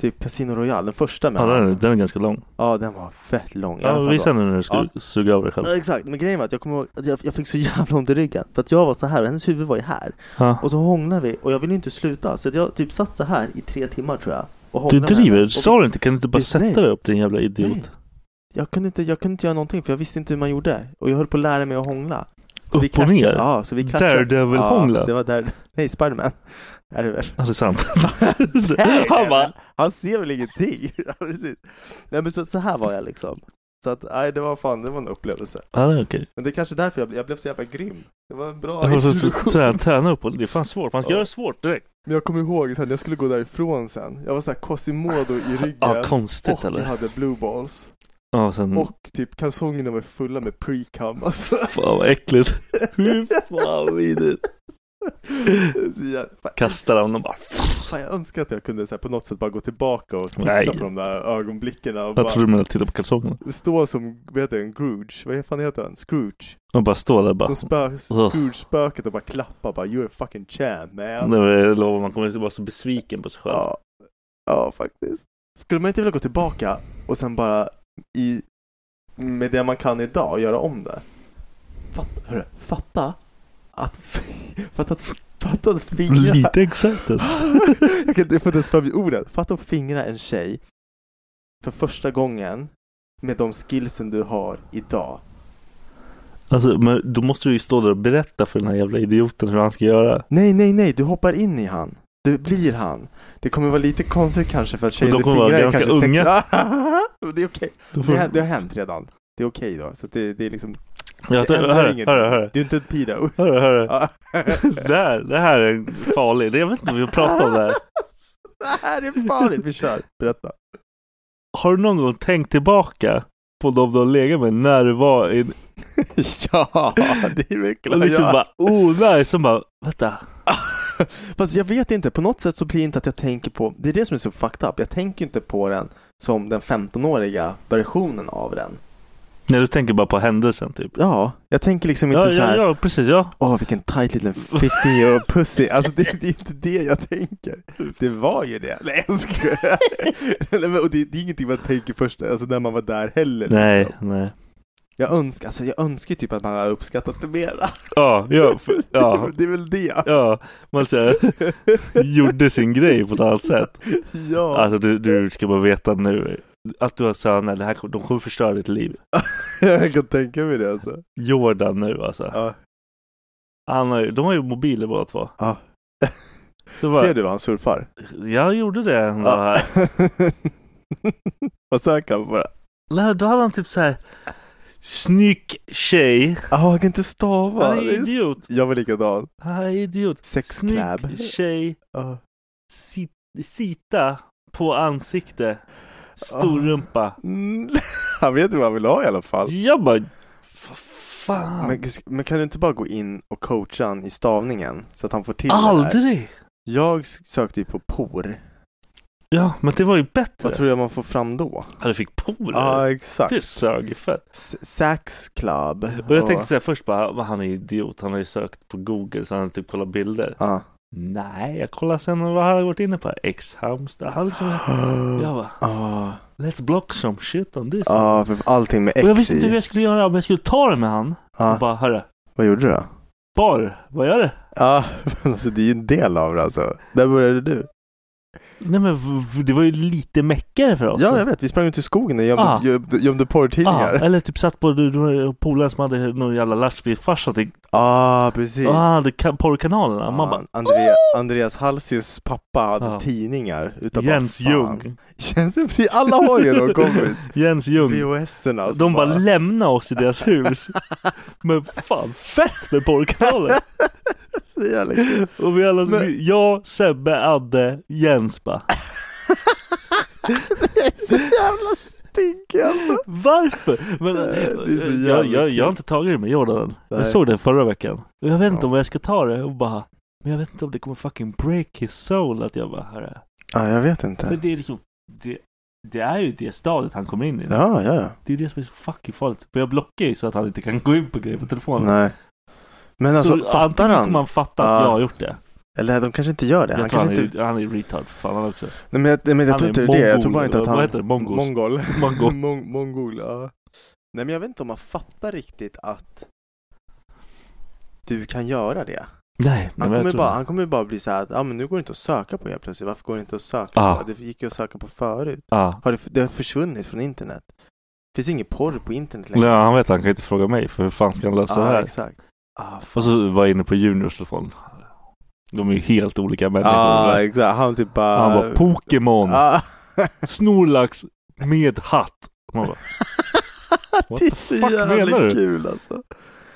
Speaker 3: Typ Casino Royale, den första med
Speaker 1: Ja, den är-
Speaker 3: han.
Speaker 1: den är ganska lång.
Speaker 3: Ja, den var fett lång. I alla
Speaker 1: Ja,
Speaker 3: fall
Speaker 1: visa
Speaker 3: då.
Speaker 1: nu när du ska suga av dig själv.
Speaker 3: Ja, exakt, men grejen var att jag kommer ihåg att jag, jag fick så jävla ont i ryggen För att jag var så här och hennes huvud var ju här
Speaker 1: Ja.
Speaker 3: Och så hånglade vi och jag ville ju inte sluta Så att jag typ satt så här i tre timmar tror jag och
Speaker 1: Du
Speaker 3: hånglade med henne.
Speaker 1: driver?
Speaker 3: Och
Speaker 1: Sa du inte? Kan du inte bara
Speaker 3: Nej.
Speaker 1: sätta dig upp din jävla idiot?
Speaker 3: Nej. Jag kunde, inte, jag kunde inte göra någonting för jag visste inte hur man gjorde Och jag höll på att lära mig att hångla Så vi
Speaker 1: Upp och
Speaker 3: klattrade-
Speaker 1: ner?
Speaker 3: Ja, så vi klattrade.
Speaker 1: Daredevil-hångla?
Speaker 3: Ja, det var där. Nej, Spiderman. Är det väl?
Speaker 1: Ja, det är sant.
Speaker 3: Han
Speaker 1: Han bara,
Speaker 3: Han ser väl ingenting? Ja, precis. Nej, men så, så här var jag liksom. Så att, nej, det var fan, det var en upplevelse.
Speaker 1: ja det är okej.
Speaker 3: Men det är kanske därför jag, blev- jag blev så jävla grym. Det var en
Speaker 1: Jag
Speaker 3: bra
Speaker 1: har fått
Speaker 3: introduktion.
Speaker 1: trä- Träna upp och det är fan svårt. Man ska
Speaker 3: Ja.
Speaker 1: göra det svårt direkt.
Speaker 3: Men jag kommer ihåg sen, jag skulle gå därifrån sen. Jag var såhär Quasimodo i ryggen.
Speaker 1: Ja, konstigt
Speaker 3: och jag
Speaker 1: eller? Mm.
Speaker 3: hade blue balls.
Speaker 1: Ja, sen...
Speaker 3: Och typ kalsongerna var fulla med pre-cum alltså.
Speaker 1: Fan vad äckligt. Fy fan vidrigt.
Speaker 3: Så jag-
Speaker 1: Kastar dem och bara...
Speaker 3: Fan, jag önskar att jag kunde så här, på något sätt bara gå tillbaka och titta
Speaker 1: Nej.
Speaker 3: på de där ögonblicken och bara
Speaker 1: Jag tror du menade titta på kalsongerna.
Speaker 3: stå som, vad heter den, Grooge? Vad fan heter han? Scrooge?
Speaker 1: Och bara stå där bara.
Speaker 3: Som spö,
Speaker 1: Ugh.
Speaker 3: Scrooge-spöket och bara klappa bara You're a fucking champ man.
Speaker 1: Det var- lovar, man kommer vara så besviken på sig själv.
Speaker 3: Ja. ja, faktiskt. Skulle man inte vilja gå tillbaka och sen bara i, med det man kan idag göra om det? Fatta, hörru, fatta att, fatta att, fatta att fingra.
Speaker 1: Lite excited.
Speaker 3: jag kan inte få ens fram i orden. Fatta att fingra en tjej för första gången med de skillsen du har idag.
Speaker 1: Alltså, men då måste du ju stå där och berätta för den här jävla idioten hur han ska göra.
Speaker 3: Nej, nej, nej, du hoppar in i han. Du blir han. Det kommer vara lite konstigt kanske för att tjejen
Speaker 1: de
Speaker 3: du
Speaker 1: kommer vara
Speaker 3: fingrar är
Speaker 1: ganska
Speaker 3: kanske
Speaker 1: unga.
Speaker 3: sex... det är okej.
Speaker 1: Då får...
Speaker 3: Det, har- det har hänt redan. Det är okej då. Så det, det är liksom...
Speaker 1: jag,
Speaker 3: det ändrar
Speaker 1: hörru,
Speaker 3: ingenting.
Speaker 1: hörru, hörru.
Speaker 3: Du är inte en pedo.
Speaker 1: Hörru, hörru.
Speaker 3: Ja.
Speaker 1: Det här, det här är farligt. Jag vet inte om vi har pratat om det här.
Speaker 3: det här är farligt. Vi kör. Berätta.
Speaker 1: Har du någon gång tänkt tillbaka på de du har legat med när du var i en...
Speaker 3: ja, det är väl
Speaker 1: Och
Speaker 3: klart.
Speaker 1: liksom
Speaker 3: Ja.
Speaker 1: bara, oh, nej, som bara, vänta.
Speaker 3: Fast jag vet inte. På något sätt så blir det inte att jag tänker på... Det är det som är så fucked up. Jag tänker inte på den som den 15-åriga versionen av den.
Speaker 1: Nej, du tänker bara på händelsen typ.
Speaker 3: Ja, jag tänker liksom inte
Speaker 1: Ja,
Speaker 3: så här...
Speaker 1: ja, ja, precis, ja.
Speaker 3: Åh, vilken tight liten 15 year old pussy. Alltså det, det är inte det jag tänker. Det var ju det. Nej, jag skojar. Nej, men, och det, det är ingenting man tänker först, alltså när man var där heller.
Speaker 1: Nej,
Speaker 3: Liksom.
Speaker 1: nej.
Speaker 3: Jag önskar, alltså jag önskar ju typ att man hade uppskattat det mera.
Speaker 1: Ja, ja, för- ja.
Speaker 3: Det är väl det.
Speaker 1: Ja, man säger gjorde sin grej på ett annat sätt.
Speaker 3: Ja.
Speaker 1: Alltså du, du ska bara veta nu att du har söner, det här, kommer- de kommer förstöra ditt liv.
Speaker 3: Jag kan tänka mig det alltså.
Speaker 1: Jordan nu alltså.
Speaker 3: Ja.
Speaker 1: Han har, ju- de har ju mobiler båda två.
Speaker 3: Ja.
Speaker 1: Så bara,
Speaker 3: Ser du vad han surfar?
Speaker 1: Jag gjorde det en dag här.
Speaker 3: Vad söker han på det?
Speaker 1: Nej, Då hade han typ så här Snygg tjej.
Speaker 3: Ja, jag kan inte stava.
Speaker 1: Han är
Speaker 3: Det s-
Speaker 1: idiot.
Speaker 3: Jag var likadan.
Speaker 1: Han är idiot.
Speaker 3: Sexclab.
Speaker 1: Snygg tjej.
Speaker 3: Ja.
Speaker 1: sit- Sita på ansikte. Stor
Speaker 3: Ah.
Speaker 1: rumpa.
Speaker 3: Mm, Han vet ju vad han vill ha i alla fall.
Speaker 1: Jag bara, vad fan.
Speaker 3: Men, men kan du inte bara gå in och coacha han i stavningen så att han får till det där?
Speaker 1: Aldrig!
Speaker 3: Jag s- sökte ju på por.
Speaker 1: Ja, men det var ju bättre.
Speaker 3: Vad tror du man får fram då?
Speaker 1: Ja, du fick polare.
Speaker 3: Ja, exakt.
Speaker 1: det sög ju fett.
Speaker 3: S- Sax club.
Speaker 1: Och jag tänkte så här först bara, "Vad, han är idiot, han har ju sökt på google så han har typ kollat bilder.
Speaker 3: Ja.
Speaker 1: Nej, jag kollar sen vad han har varit inne på. X-hamster, han liksom... Jag bara,
Speaker 3: Ja,
Speaker 1: let's block some shit on this.
Speaker 3: ja, för allting med
Speaker 1: och jag
Speaker 3: X
Speaker 1: visste inte hur
Speaker 3: i.
Speaker 1: jag skulle göra, men jag skulle ta det med han.
Speaker 3: Ja,
Speaker 1: Och bara, hörru,
Speaker 3: Vad gjorde du då?
Speaker 1: bar, vad gör du?
Speaker 3: Ja, men alltså det är ju en del av det alltså. Där började du.
Speaker 1: Nej men v- v- det var ju lite meckigare för oss.
Speaker 3: Ja, jag vet. Vi sprang ut i skogen och gömde,
Speaker 1: Ah.
Speaker 3: gömde, gömde
Speaker 1: Ja,
Speaker 3: porrtidningar.
Speaker 1: eller typ satt på det- det var polaren som hade någon jävla lastbilsfarsa till
Speaker 3: Ah, precis.
Speaker 1: och han hade ka- porrkanalerna. Man bara,
Speaker 3: Andrea, Andreas Halsius pappa hade
Speaker 1: Ja.
Speaker 3: tidningar. Utan
Speaker 1: Jens
Speaker 3: bara, fan.
Speaker 1: Ljung.
Speaker 3: Jens, precis, alla har ju någon kompis.
Speaker 1: Jens Ljung.
Speaker 3: VHS-erna. alltså,
Speaker 1: De bara lämnar oss i deras hus. Men fan, fett med porrkanaler.
Speaker 3: Så jävla kul.
Speaker 1: Och vi alla,
Speaker 3: Men-
Speaker 1: jag, Sebbe, Adde, Jens bara.
Speaker 3: Så jävla stink alltså.
Speaker 1: Varför? Men, eh,
Speaker 3: Det är så jävla
Speaker 1: jag, jag,
Speaker 3: kul.
Speaker 1: jag har inte tagit det med Jordan än.
Speaker 3: Nej.
Speaker 1: Jag såg det förra veckan. Och jag vet inte
Speaker 3: Ja.
Speaker 1: om jag ska ta det och bara, men jag vet inte om det kommer fucking break his soul att jag bara, hörru.
Speaker 3: Ja, jag vet
Speaker 1: För
Speaker 3: inte.
Speaker 1: det är liksom, det, det är ju det stadiet han kommer in i.
Speaker 3: Ja, ja, ja.
Speaker 1: Det är det som är så fucking farligt. För jag blockar ju så att han inte kan gå in på grejer på telefonen.
Speaker 3: Nej. Men alltså,
Speaker 1: så
Speaker 3: fattar
Speaker 1: antingen kommer
Speaker 3: han?
Speaker 1: han fatta att
Speaker 3: Ja.
Speaker 1: jag har gjort det.
Speaker 3: Eller de kanske inte gör det.
Speaker 1: Jag
Speaker 3: Han
Speaker 1: tror han,
Speaker 3: kanske inte...
Speaker 1: är, han är retard för fan han också.
Speaker 3: Nej, men jag, nej, men jag
Speaker 1: han
Speaker 3: tror
Speaker 1: är
Speaker 3: inte det är det. Jag tror
Speaker 1: mongol,
Speaker 3: bara inte att
Speaker 1: eller
Speaker 3: han...
Speaker 1: vad heter det? Mongos.
Speaker 3: Mongol.
Speaker 1: Mongo.
Speaker 3: Mong- Mongol, ja. Nej, men jag vet inte om man fattar riktigt att du kan göra det.
Speaker 1: Nej, nej,
Speaker 3: Han
Speaker 1: men jag
Speaker 3: kommer,
Speaker 1: tror
Speaker 3: bara,
Speaker 1: det.
Speaker 3: han kommer bara bli så här att ah, men nu går det inte att söka på helt plötsligt. Varför går det inte att söka
Speaker 1: Ah.
Speaker 3: på? Det gick ju att söka på förut.
Speaker 1: Ja.
Speaker 3: Har det, det har försvunnit från internet. Det finns ingen porr på internet längre.
Speaker 1: Nej, han vet han kan inte fråga mig för hur fan ska han lösa det
Speaker 3: Ja,
Speaker 1: här?
Speaker 3: exakt. Ah,
Speaker 1: och så var jag inne på Juniors telefon. De är ju helt olika
Speaker 3: Ja,
Speaker 1: människor.
Speaker 3: exakt. Han typ bara... Ah.
Speaker 1: Han bara Pokémon,
Speaker 3: Ja,
Speaker 1: Snorlax med hatt. Man bara, What
Speaker 3: det
Speaker 1: the
Speaker 3: är så
Speaker 1: fuck menar
Speaker 3: jävla
Speaker 1: du?
Speaker 3: kul alltså.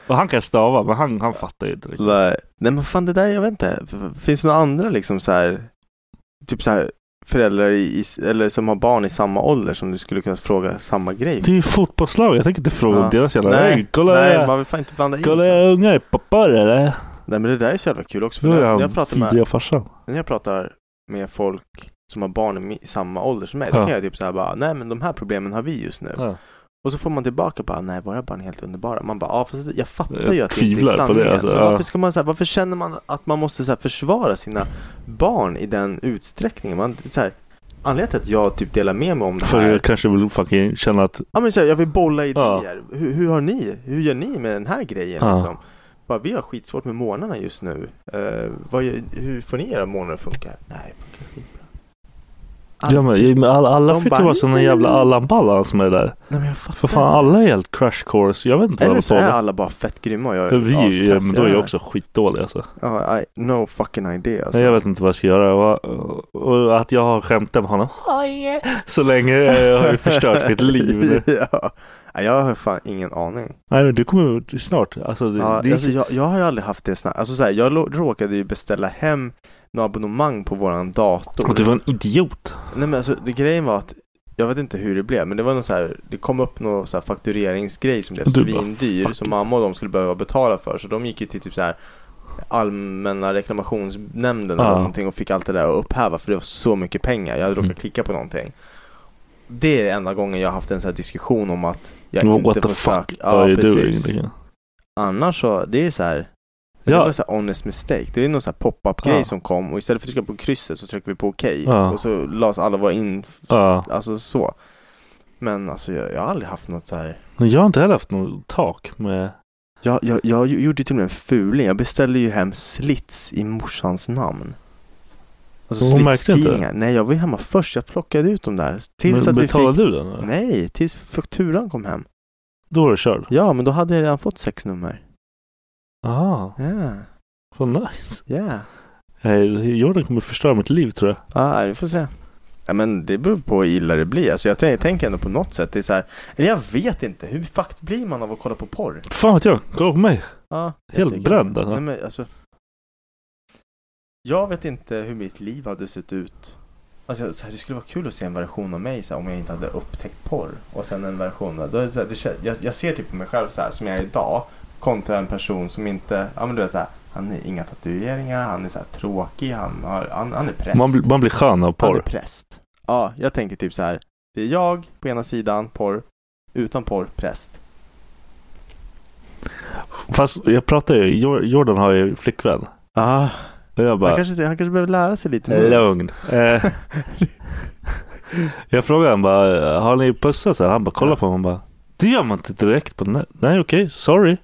Speaker 1: och han kan stava men han, han fattar ju inte riktigt.
Speaker 3: Nej. Nej men fan det där, jag vet inte. F- f- Finns det några andra liksom så här, typ så här föräldrar i, i- eller som har barn i samma ålder som du skulle kunna fråga samma grej?
Speaker 1: Det är ju fotbollslag, jag tänker inte fråga
Speaker 3: Ja.
Speaker 1: om deras jävla...
Speaker 3: Nej,
Speaker 1: Nej, kolla
Speaker 3: Nej,
Speaker 1: jag-
Speaker 3: man vill fan inte blanda in
Speaker 1: Kolla
Speaker 3: sig.
Speaker 1: jag ungar, är pappa eller?
Speaker 3: Nej men det där är så jävla kul också. För
Speaker 1: Då
Speaker 3: när,
Speaker 1: är
Speaker 3: jag- när, jag
Speaker 1: han
Speaker 3: pratar med,
Speaker 1: tidiga farsan.
Speaker 3: när jag pratar med folk som har barn i mi- i samma ålder som mig, då
Speaker 1: Ja.
Speaker 3: kan jag typ så här bara, nej men de här problemen har vi just nu.
Speaker 1: Ja.
Speaker 3: Och så får man tillbaka bara, nej våra barn är helt underbara. Man bara, ja fast jag fattar
Speaker 1: Jag
Speaker 3: ju att det inte är
Speaker 1: tvivlar på det,
Speaker 3: sanningen.
Speaker 1: alltså,
Speaker 3: men
Speaker 1: ja.
Speaker 3: varför, ska man, så här, varför känner man att man måste så här, försvara sina barn i den utsträckningen? Man, så här, anledningen till att jag typ delar med mig om det
Speaker 1: För
Speaker 3: här.
Speaker 1: jag kanske vill fucking känna att
Speaker 3: Ja men så här, jag vill bolla idéer. Hur, hur har ni? Hur gör ni med den här grejen
Speaker 1: Ja.
Speaker 3: liksom? Bara, vi har skitsvårt med månaderna just nu. Eh, vad, gör- hur får ni era månader att funka? Nej, det funkar skitbra.
Speaker 1: Ja, men, men alla, alla
Speaker 3: De
Speaker 1: fick
Speaker 3: bara-
Speaker 1: ju vara såna jävla Allan Ballans med det där.
Speaker 3: Nej men jag fattar
Speaker 1: För fan,
Speaker 3: inte.
Speaker 1: alla är helt crash course. Jag vet inte
Speaker 3: Eller
Speaker 1: vad
Speaker 3: så
Speaker 1: de
Speaker 3: är
Speaker 1: på
Speaker 3: alla bara fett grymma och jag
Speaker 1: med. Vi,
Speaker 3: askass.
Speaker 1: ja, men då är
Speaker 3: vet
Speaker 1: jag
Speaker 3: inte.
Speaker 1: också skitdålig alltså.
Speaker 3: Ja, I, no fucking idea alltså.
Speaker 1: Nej, Jag vet inte vad jag ska göra. Och, och att jag har skämtat med honom
Speaker 4: Oj.
Speaker 1: så länge eh, har ju förstört mitt liv. nu.
Speaker 3: ja. Nej, Jag har fan ingen aning.
Speaker 1: Nej men du kommer snart. Alltså, det,
Speaker 3: Ja,
Speaker 1: det,
Speaker 3: alltså, jag, jag har ju aldrig haft det snabbt. Alltså, så här, jag lo- råkade ju beställa hem några abonnemang på våran dator.
Speaker 1: och du var en idiot.
Speaker 3: Nej men alltså det, grejen var att jag vet inte hur det blev men det var någon så här, det kom upp någon så här faktureringsgrej som blev
Speaker 1: Du bara,
Speaker 3: svindyr
Speaker 1: fuck
Speaker 3: som
Speaker 1: it.
Speaker 3: mamma och de skulle behöva betala för så de gick ju till typ så här allmänna reklamationsnämnden eller
Speaker 1: Ja.
Speaker 3: någonting och fick allt det där att upphäva för det var så mycket pengar. Jag hade råkat
Speaker 1: Mm.
Speaker 3: klicka på någonting. Det är den enda gången jag har haft en sån här diskussion om att jag
Speaker 1: What
Speaker 3: inte
Speaker 1: the
Speaker 3: får
Speaker 1: fuck
Speaker 3: söka.
Speaker 1: are
Speaker 3: Ja,
Speaker 1: you
Speaker 3: precis.
Speaker 1: doing? Liksom.
Speaker 3: Annars så, det är så här det var
Speaker 1: Ja,
Speaker 3: så här honest mistake. Det är någon så här pop-up grej
Speaker 1: Ja.
Speaker 3: som kom och istället för att trycka på krysset så trycker vi på okej.
Speaker 1: Ja.
Speaker 3: Och så lades alla våra in
Speaker 1: ja.
Speaker 3: Alltså så. Men alltså jag, jag har aldrig haft något så här.
Speaker 1: Men jag har inte heller haft något tak med...
Speaker 3: Jag, jag, jag gjorde ju till och med en fuling. Jag beställde ju hem slits i morsans namn. Alltså
Speaker 1: Hon märkte inte?
Speaker 3: slitstidningar. Nej, jag var ju hemma först. Jag plockade ut dem där. Tills
Speaker 1: Men,
Speaker 3: att vi
Speaker 1: betalade
Speaker 3: fick...
Speaker 1: du den? eller?
Speaker 3: Nej, tills fakturan kom hem.
Speaker 1: Då var du körd.
Speaker 3: Ja, men då hade jag redan fått sex nummer.
Speaker 1: Aha,
Speaker 3: Ja, yeah.
Speaker 1: vad nice.
Speaker 3: ja. Yeah.
Speaker 1: Nej, Jordan Eh, kommer förstöra mitt liv tror jag.
Speaker 3: Ja, vi får se. Ja, men det beror på hur illa det blir. Alltså jag, tän- tänker ändå på något sätt. Det är så här... Eller jag vet inte. Hur fucked blir man av att kolla på porr?
Speaker 1: Fan vet jag, kolla på mig.
Speaker 3: Ja, jag
Speaker 1: Helt
Speaker 3: tycker-
Speaker 1: bränd, alltså.
Speaker 3: Nej, men, alltså. Jag vet inte hur mitt liv hade sett ut. Alltså, så här, det skulle vara kul att se en version av mig så här, om jag inte hade upptäckt porr. Och sen en version. Där, då, är det så här, det, kän- jag, jag ser typ på mig själv så här som jag är idag. Kontra en person som inte, ja men du vet så här, han är inga tatueringar, han är så här tråkig, han, har, han, han är präst.
Speaker 1: Man, blir- man blir skön av
Speaker 3: Han är
Speaker 1: porr.
Speaker 3: präst. Ja, jag tänker typ så här. Det är jag på ena sidan, porr. Utan porr, präst.
Speaker 1: Fast jag pratar ju, Jor- Jordan har ju flickvän.
Speaker 3: Ah,
Speaker 1: Och jag
Speaker 3: han,
Speaker 1: bara,
Speaker 3: kanske, han kanske behöver lära sig lite moves.
Speaker 1: lugn. Eh, jag frågade han bara, eh, har ni pussat så här? Han bara, kolla på mig. Han bara, det gör man inte direkt på nä- Nej okej, sorry.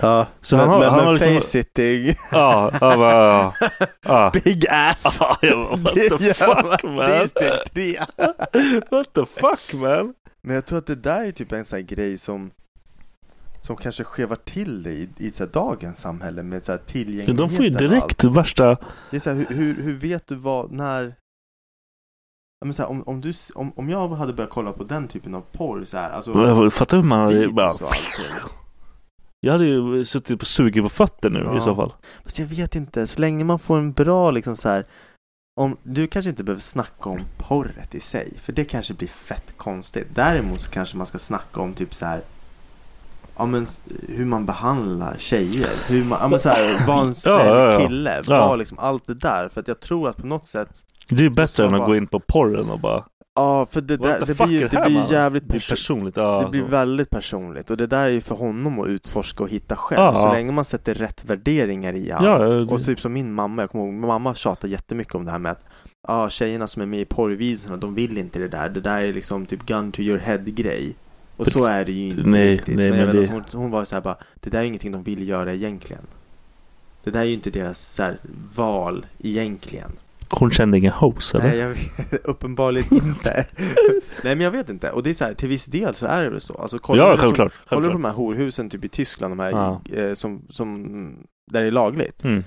Speaker 3: Ja,
Speaker 1: Så
Speaker 3: men,
Speaker 1: han har-
Speaker 3: men,
Speaker 1: han
Speaker 3: men
Speaker 1: har liksom-
Speaker 3: face sitting,
Speaker 1: Ja, jag bara, ja. ja.
Speaker 3: big ass.
Speaker 1: Ja, jag bara, what
Speaker 3: Det
Speaker 1: the
Speaker 3: gör man.
Speaker 1: fuck
Speaker 3: Det är
Speaker 1: man?
Speaker 3: steg tre.
Speaker 1: What the fuck man?
Speaker 3: Men jag tror att det där är typ en sån här grej som som kanske skevar till det i, i så här dagens samhälle med så här tillgängligheten
Speaker 1: De får ju
Speaker 3: och allt.
Speaker 1: direkt värsta...
Speaker 3: Det är så här, hur, hur, hur vet du vad, när Ja, men så här, om, om, du, s- om, om jag hade börjat kolla på den typen av porr så här, alltså
Speaker 1: Fattar du hur man hade bara...
Speaker 3: videos och allting.
Speaker 1: Jag hade ju suttit på suger på fötter nu
Speaker 3: Ja.
Speaker 1: i så fall.
Speaker 3: Fast Alltså, jag vet inte, så länge man får en bra liksom så här. Om, du kanske inte behöver snacka om porret i sig, för det kanske blir fett konstigt. Däremot så kanske man ska snacka om typ så här. Ja men s- hur man behandlar tjejer, hur man, ja men så här, var en snäll
Speaker 1: ja, ja.
Speaker 3: kille,
Speaker 1: Ja.
Speaker 3: var liksom allt det där. För att jag tror att på något sätt,
Speaker 1: Det är ju bättre
Speaker 3: Som
Speaker 1: än att
Speaker 3: bara-
Speaker 1: gå in på porren och bara...
Speaker 3: ja för det,
Speaker 1: What
Speaker 3: där,
Speaker 1: the
Speaker 3: det
Speaker 1: fuck
Speaker 3: blir ju
Speaker 1: är det
Speaker 3: det
Speaker 1: här,
Speaker 3: blir
Speaker 1: man?
Speaker 3: jävligt
Speaker 1: Det blir
Speaker 3: personligt.
Speaker 1: personligt. Ja,
Speaker 3: Det blir
Speaker 1: så.
Speaker 3: väldigt personligt och det där är ju för honom att utforska och hitta själv.
Speaker 1: Ja.
Speaker 3: Så länge man sätter rätt värderingar i allt.
Speaker 1: Ja, ja,
Speaker 3: Och typ som min mamma, jag kommer ihåg, min mamma tjatar jättemycket om det här med att ah, tjejerna som är med i porrvideorna, de vill inte det där. Det där är liksom typ gun to your head grej. Och så är det ju inte
Speaker 1: Nej,
Speaker 3: riktigt.
Speaker 1: nej,
Speaker 3: men jag
Speaker 1: men
Speaker 3: vet att hon, hon var så här bara, det där är ingenting de vill göra egentligen. Det där är ju inte deras så här, val egentligen.
Speaker 1: Hon kände inga hoes eller?
Speaker 3: Nej, jag vet, uppenbarligen inte. Nej, men jag vet inte. Och det är så här, till viss del så är det väl så. Alltså, kollar
Speaker 1: Ja,
Speaker 3: du på-
Speaker 1: självklart,
Speaker 3: Kollar du på
Speaker 1: självklart.
Speaker 3: de här horhusen typ i Tyskland, de här
Speaker 1: Ja.
Speaker 3: eh, som, som, där det är lagligt.
Speaker 1: Mm.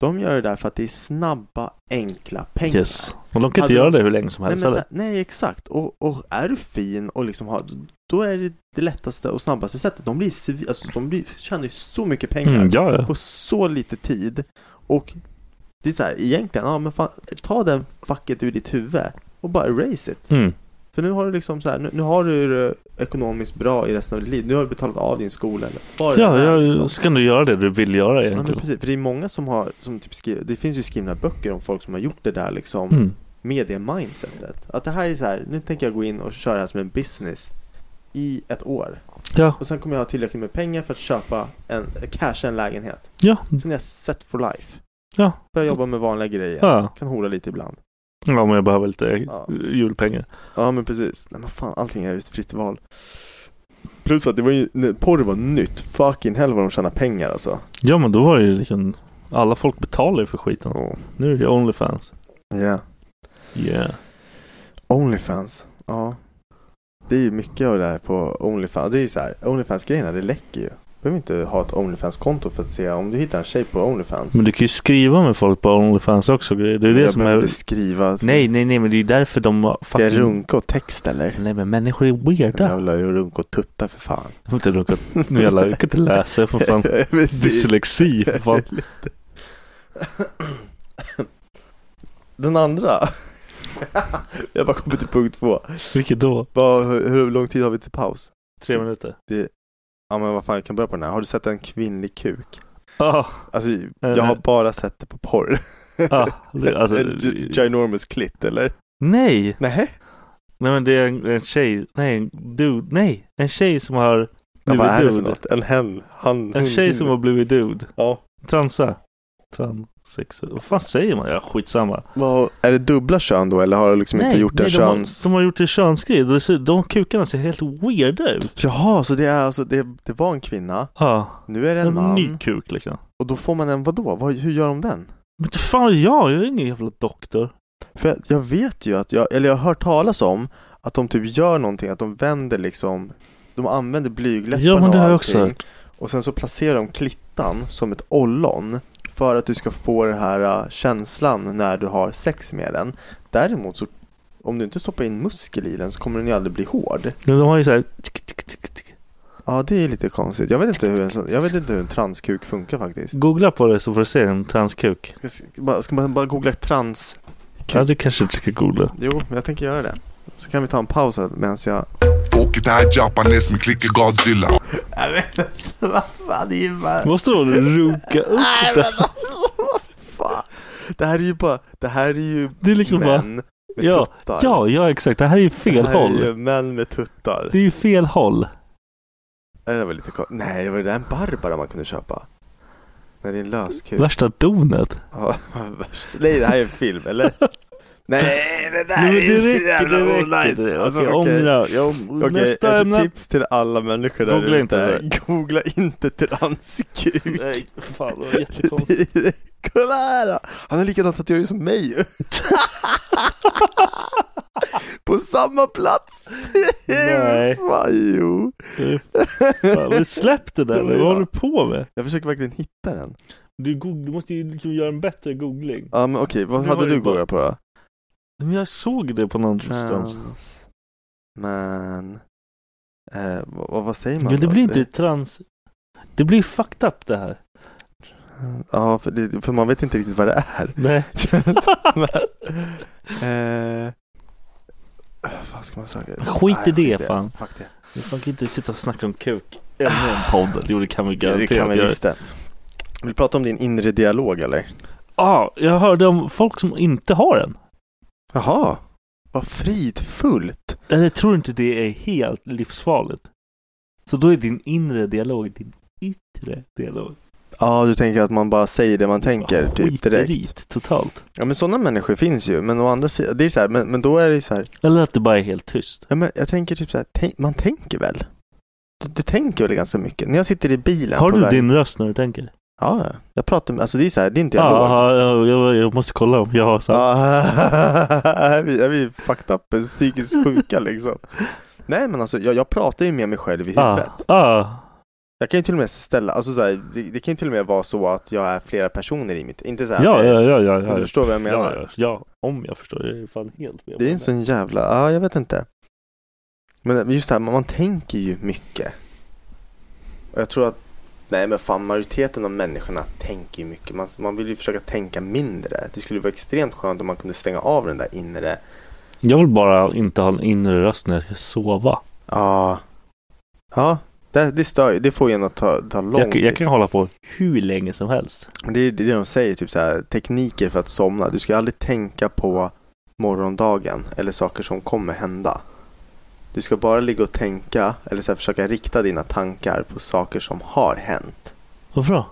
Speaker 3: De gör det där för att det är snabba, enkla pengar.
Speaker 1: Yes. Och de kan
Speaker 3: Hade
Speaker 1: inte
Speaker 3: de-
Speaker 1: göra det hur länge som
Speaker 3: Nej, men
Speaker 1: helst
Speaker 3: så
Speaker 1: eller?
Speaker 3: här, nej, exakt. Och, och är du fin och liksom har, då är det det lättaste och snabbaste sättet. De blir, svi- alltså, de blir, tjänar ju så mycket pengar
Speaker 1: Mm, ja, ja.
Speaker 3: på så lite tid. Och det är så här, egentligen, ja men fan, ta den facket ur ditt huvud och bara erase it.
Speaker 1: Mm.
Speaker 3: För nu har du liksom så här, nu, nu har du det ekonomiskt bra i resten av ditt liv. Nu har du betalat av din skola eller vad det
Speaker 1: Ja,
Speaker 3: är,
Speaker 1: ja,
Speaker 3: liksom.
Speaker 1: så kan du göra det du vill göra
Speaker 3: Ja, men
Speaker 1: egentligen.
Speaker 3: precis. För det är många som har, som typ skri- det finns ju skrivna böcker om folk som har gjort det där liksom
Speaker 1: Mm.
Speaker 3: med det mindsetet. Att det här är så här, nu tänker jag gå in och köra det här som en business i ett år.
Speaker 1: Ja.
Speaker 3: Och sen kommer jag ha tillräckligt med pengar för att köpa en, casha en lägenhet.
Speaker 1: Ja.
Speaker 3: Sen är jag set for life.
Speaker 1: Ja.
Speaker 3: Börjar jobba med vanliga grejer.
Speaker 1: Ja.
Speaker 3: Kan hora lite ibland.
Speaker 1: ja, men jag behöver lite
Speaker 3: Ja.
Speaker 1: julpengar.
Speaker 3: Ja men precis. Nej men fan, allting är ju ett fritt val. Plus att det var ju, när porr var nytt. Fucking hell vad de tjänar pengar alltså.
Speaker 1: Ja, men då var det ju liksom... Alla folk betalar ju för skiten.
Speaker 3: Oh.
Speaker 1: Nu är det Onlyfans.
Speaker 3: Yeah.
Speaker 1: Yeah.
Speaker 3: Onlyfans. Ja. Det är ju mycket av det här på Onlyfans. Det är ju så här, Onlyfans-grejerna, det läcker ju. Du behöver inte ha ett Onlyfans-konto för att se om du hittar en tjej på Onlyfans.
Speaker 1: Men du kan ju skriva med folk på Onlyfans också. Det är det
Speaker 3: jag
Speaker 1: som
Speaker 3: behöver
Speaker 1: är...
Speaker 3: inte skriva.
Speaker 1: Nej, nej, nej, men det är ju därför de har
Speaker 3: Ska jag
Speaker 1: fucking...
Speaker 3: runka och text eller?
Speaker 1: Nej, men människor är
Speaker 3: Men Jag
Speaker 1: weirda.
Speaker 3: vill ha runka och tutta för fan.
Speaker 1: Jag har inte runkat. Nu jävlar, jag kan inte läsa. Jag får fan
Speaker 3: Precis.
Speaker 1: dyslexi. För fan.
Speaker 3: Den andra. jag bara kommer till punkt två.
Speaker 1: Vilket då?
Speaker 3: Vad- hur, hur lång tid har vi till paus?
Speaker 1: Tre minuter?
Speaker 3: Ja men vad fan, jag kan börja på den här. Har du sett en kvinnlig kuk?
Speaker 1: Ja,
Speaker 3: Alltså, jag har bara sett det på porr.
Speaker 1: ja. det- alltså,
Speaker 3: en gi- ginormous clit eller?
Speaker 1: nej!
Speaker 3: Nej.
Speaker 1: Nej men det är en, en tjej, nej en dude, nej! En tjej som har
Speaker 3: Ja, vad
Speaker 1: blivit
Speaker 3: är det för
Speaker 1: dude.
Speaker 3: något? En hen? Han?
Speaker 1: En
Speaker 3: hon-
Speaker 1: tjej som har blivit dude.
Speaker 3: Ja.
Speaker 1: Transa. Transex. Vad fan säger man? Ja, skitsamma.
Speaker 3: Vad, är det dubbla kön då eller har du liksom inte gjort en
Speaker 1: de,
Speaker 3: köns...
Speaker 1: har, de har gjort en könsgrej. De, ser, de kukarna ser helt weirda ut.
Speaker 3: Jaha, så det är alltså, det, det var en kvinna,
Speaker 1: Ja.
Speaker 3: nu är det en,
Speaker 1: En
Speaker 3: man
Speaker 1: ny kuk liksom.
Speaker 3: och då får man en vadå? Vad, hur gör de den?
Speaker 1: Men inte fan jag, jag är ingen jävla doktor.
Speaker 3: För jag, jag vet ju att jag, eller jag har hört talas om att de typ gör någonting, att de vänder liksom De använder blygläpparna
Speaker 1: Ja men det har jag
Speaker 3: och
Speaker 1: också
Speaker 3: allting.
Speaker 1: hört.
Speaker 3: Och sen så placerar de klittan som ett ollon för att du ska få den här äh, känslan när du har sex med den. Däremot så om du inte stoppar in muskel i den så kommer den ju aldrig bli hård.
Speaker 1: Men De har ju såhär tick, tick, tick, tick.
Speaker 3: Ja, det är lite konstigt. Jag vet inte hur en, sån- jag vet inte hur en transkuk funkar faktiskt.
Speaker 1: Googla på det så får du se en transkuk.
Speaker 3: Ska, ska, bara, ska man bara googla trans?
Speaker 1: Ja du kanske inte ska googla.
Speaker 3: Jo, men jag tänker göra det. Så kan vi ta en paus här medan jag...
Speaker 5: Folk det här Japanes med klick i Godzilla.
Speaker 3: Jag vet inte, vad fan det är ju bara...
Speaker 1: Måste du runka upp
Speaker 4: Nej,
Speaker 1: det?
Speaker 4: men alltså.
Speaker 3: Fan. Det här är ju bara... Det här är ju
Speaker 1: Det är liksom bara-
Speaker 3: män med
Speaker 1: Ja,
Speaker 3: tuttar.
Speaker 1: ja, ja exakt. Det här är ju fel
Speaker 3: det här
Speaker 1: håll.
Speaker 3: är ju män med tuttar.
Speaker 1: Det är ju fel håll.
Speaker 3: Det var lite kon- Nej, det var ju den Barbara man kunde köpa. Nej, det är en löskuk.
Speaker 1: Värsta donet.
Speaker 3: Ja, vad värst. Nej, det här är en film, eller? Nej, det där
Speaker 1: Nej, men
Speaker 3: är ju
Speaker 1: det
Speaker 3: så
Speaker 1: räcker,
Speaker 3: jävla
Speaker 1: det räcker.
Speaker 3: onajs.
Speaker 1: Det.
Speaker 3: Alltså,
Speaker 1: Okej,
Speaker 3: okej.
Speaker 1: ångra. Jag om-
Speaker 3: Okej,
Speaker 1: Nästa
Speaker 3: ett
Speaker 1: ämne.
Speaker 3: tips till alla människor där
Speaker 1: Googla
Speaker 3: ute.
Speaker 1: inte
Speaker 3: Googla inte transkuk.
Speaker 1: Nej, fan det var jättekonstigt.
Speaker 3: Kolla här då. Han har likadant tatuering som mig ju. På samma plats.
Speaker 1: Nej.
Speaker 3: Fan, jo.
Speaker 1: Fan, men släpp det där
Speaker 3: Det var
Speaker 1: nu. Vad håller
Speaker 3: jag.
Speaker 1: du på med?
Speaker 3: Jag försöker verkligen hitta den.
Speaker 1: Du, goog- du måste ju liksom göra en bättre googling.
Speaker 3: Ja men okej, vad
Speaker 1: Nu
Speaker 3: hade
Speaker 1: var det
Speaker 3: du
Speaker 1: bara-
Speaker 3: googlat på då?
Speaker 1: Men jag såg det på någonstans.
Speaker 3: Trans. Men... Eh, vad, vad säger man
Speaker 1: Men det
Speaker 3: då?
Speaker 1: blir inte trans... Det blir fucked up det här.
Speaker 3: Ja, för, det, för man vet inte riktigt vad det är.
Speaker 1: Nej.
Speaker 3: eh, vad ska man säga?
Speaker 1: Skit i
Speaker 3: Nej,
Speaker 1: det, fan.
Speaker 3: Fuck det.
Speaker 1: Man kan inte sitta och snacka om kuk. Ännu en podd. Jo det kan vi
Speaker 3: det
Speaker 1: garanterat
Speaker 3: kan vi
Speaker 1: göra.
Speaker 3: visst det. Vill du prata om din inre dialog eller?
Speaker 1: Ja, Ah, jag hörde om folk som inte har en.
Speaker 3: Jaha, vad fridfullt.
Speaker 1: Eller tror du inte det är helt livsfarligt? Så då är din inre dialog din yttre dialog.
Speaker 3: Ja, du tänker att man bara säger det man tänker typ
Speaker 1: Skiter
Speaker 3: direkt.
Speaker 1: i det totalt.
Speaker 3: Ja, men sådana människor finns ju. Men å andra sidan, det är så här, men, men då är det ju så här.
Speaker 1: Eller att det bara är helt tyst.
Speaker 3: Ja, men jag tänker typ så här, tänk, man tänker väl? Du, du tänker väl ganska mycket? När jag sitter i bilen
Speaker 1: Har
Speaker 3: på
Speaker 1: du
Speaker 3: väg-
Speaker 1: din röst när du tänker?
Speaker 3: Ja, ja. jag pratar med, alltså det är så här, det är en dialog.
Speaker 1: Ja, ja, jag, jag måste kolla om jag har så.
Speaker 3: Ja,
Speaker 1: ah.
Speaker 3: är vi är vi fucked up, psykiskt sjuka liksom. Nej men alltså jag, jag pratar ju med mig själv i
Speaker 1: Ah.
Speaker 3: huvudet.
Speaker 1: Ja.
Speaker 3: Jag kan ju till och med ställa, alltså så här, det, det kan ju till och med vara så att jag är flera personer i mitt, inte så här,
Speaker 1: Ja,
Speaker 3: att jag-
Speaker 1: ja, ja, ja,
Speaker 3: men
Speaker 1: ja.
Speaker 3: Du förstår vad jag
Speaker 1: Ja,
Speaker 3: menar?
Speaker 1: ja, ja, om jag förstår. Jag är fan helt med om
Speaker 3: Det är en sån jävla, ja jag vet inte. Men just det här, man, man tänker ju mycket. Och jag tror att, nej men fan majoriteten av människorna tänker ju mycket. Man, man vill ju försöka tänka mindre. Det skulle vara extremt skönt om man kunde stänga av den där inre,
Speaker 1: Jag vill bara inte ha en inre röst när jag ska sova.
Speaker 3: ja. Ja, det, det stör ju. Det får ju en att ta, ta lång
Speaker 1: Jag, jag
Speaker 3: tid.
Speaker 1: kan hålla på hur länge som helst.
Speaker 3: Det är det är det de säger, typ så här, tekniker för att somna. Du ska aldrig tänka på morgondagen eller saker som kommer hända. Du ska bara ligga och tänka eller så här, försöka rikta dina tankar på saker som har hänt.
Speaker 1: Varför då?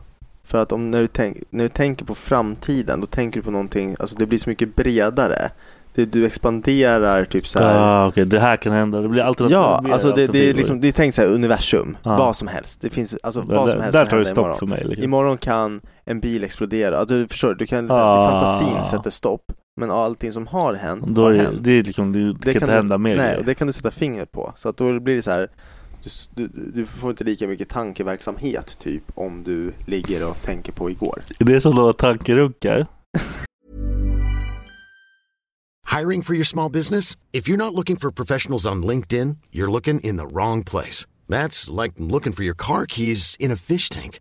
Speaker 3: För att om, när, du tänk, när du tänker på framtiden, då tänker du på någonting, alltså det blir så mycket bredare. Det, du expanderar typ så här.
Speaker 1: Ah, Okej, det här kan hända. Det blir alltid
Speaker 3: Ja, alltså det, det är liksom, det är tänkt såhär universum, vad som helst. Det finns, alltså
Speaker 1: Men
Speaker 3: vad
Speaker 1: där-
Speaker 3: som helst
Speaker 1: där
Speaker 3: kan
Speaker 1: tar det
Speaker 3: hända
Speaker 1: stopp
Speaker 3: imorgon.
Speaker 1: för mig, liksom.
Speaker 3: Imorgon kan en bil explodera, alltså, du förstår, du kan, det
Speaker 1: Ah.
Speaker 3: är fantasin sätter stopp. Men allting som har hänt,
Speaker 1: Då
Speaker 3: har
Speaker 1: är det,
Speaker 3: hänt.
Speaker 1: det är liksom, det, det kan inte
Speaker 3: du,
Speaker 1: hända mer
Speaker 3: Nej,
Speaker 1: grejer.
Speaker 3: och det kan du sätta fingret på. Så att då blir det så här. Du, s- du, du får inte lika mycket tankeverksamhet typ om du ligger och tänker på igår.
Speaker 1: Det är som några tankerunkar.
Speaker 6: Hiring for your small business? If you're not looking for professionals on LinkedIn, you're looking in the wrong place. That's like looking for your car keys in a fish tank.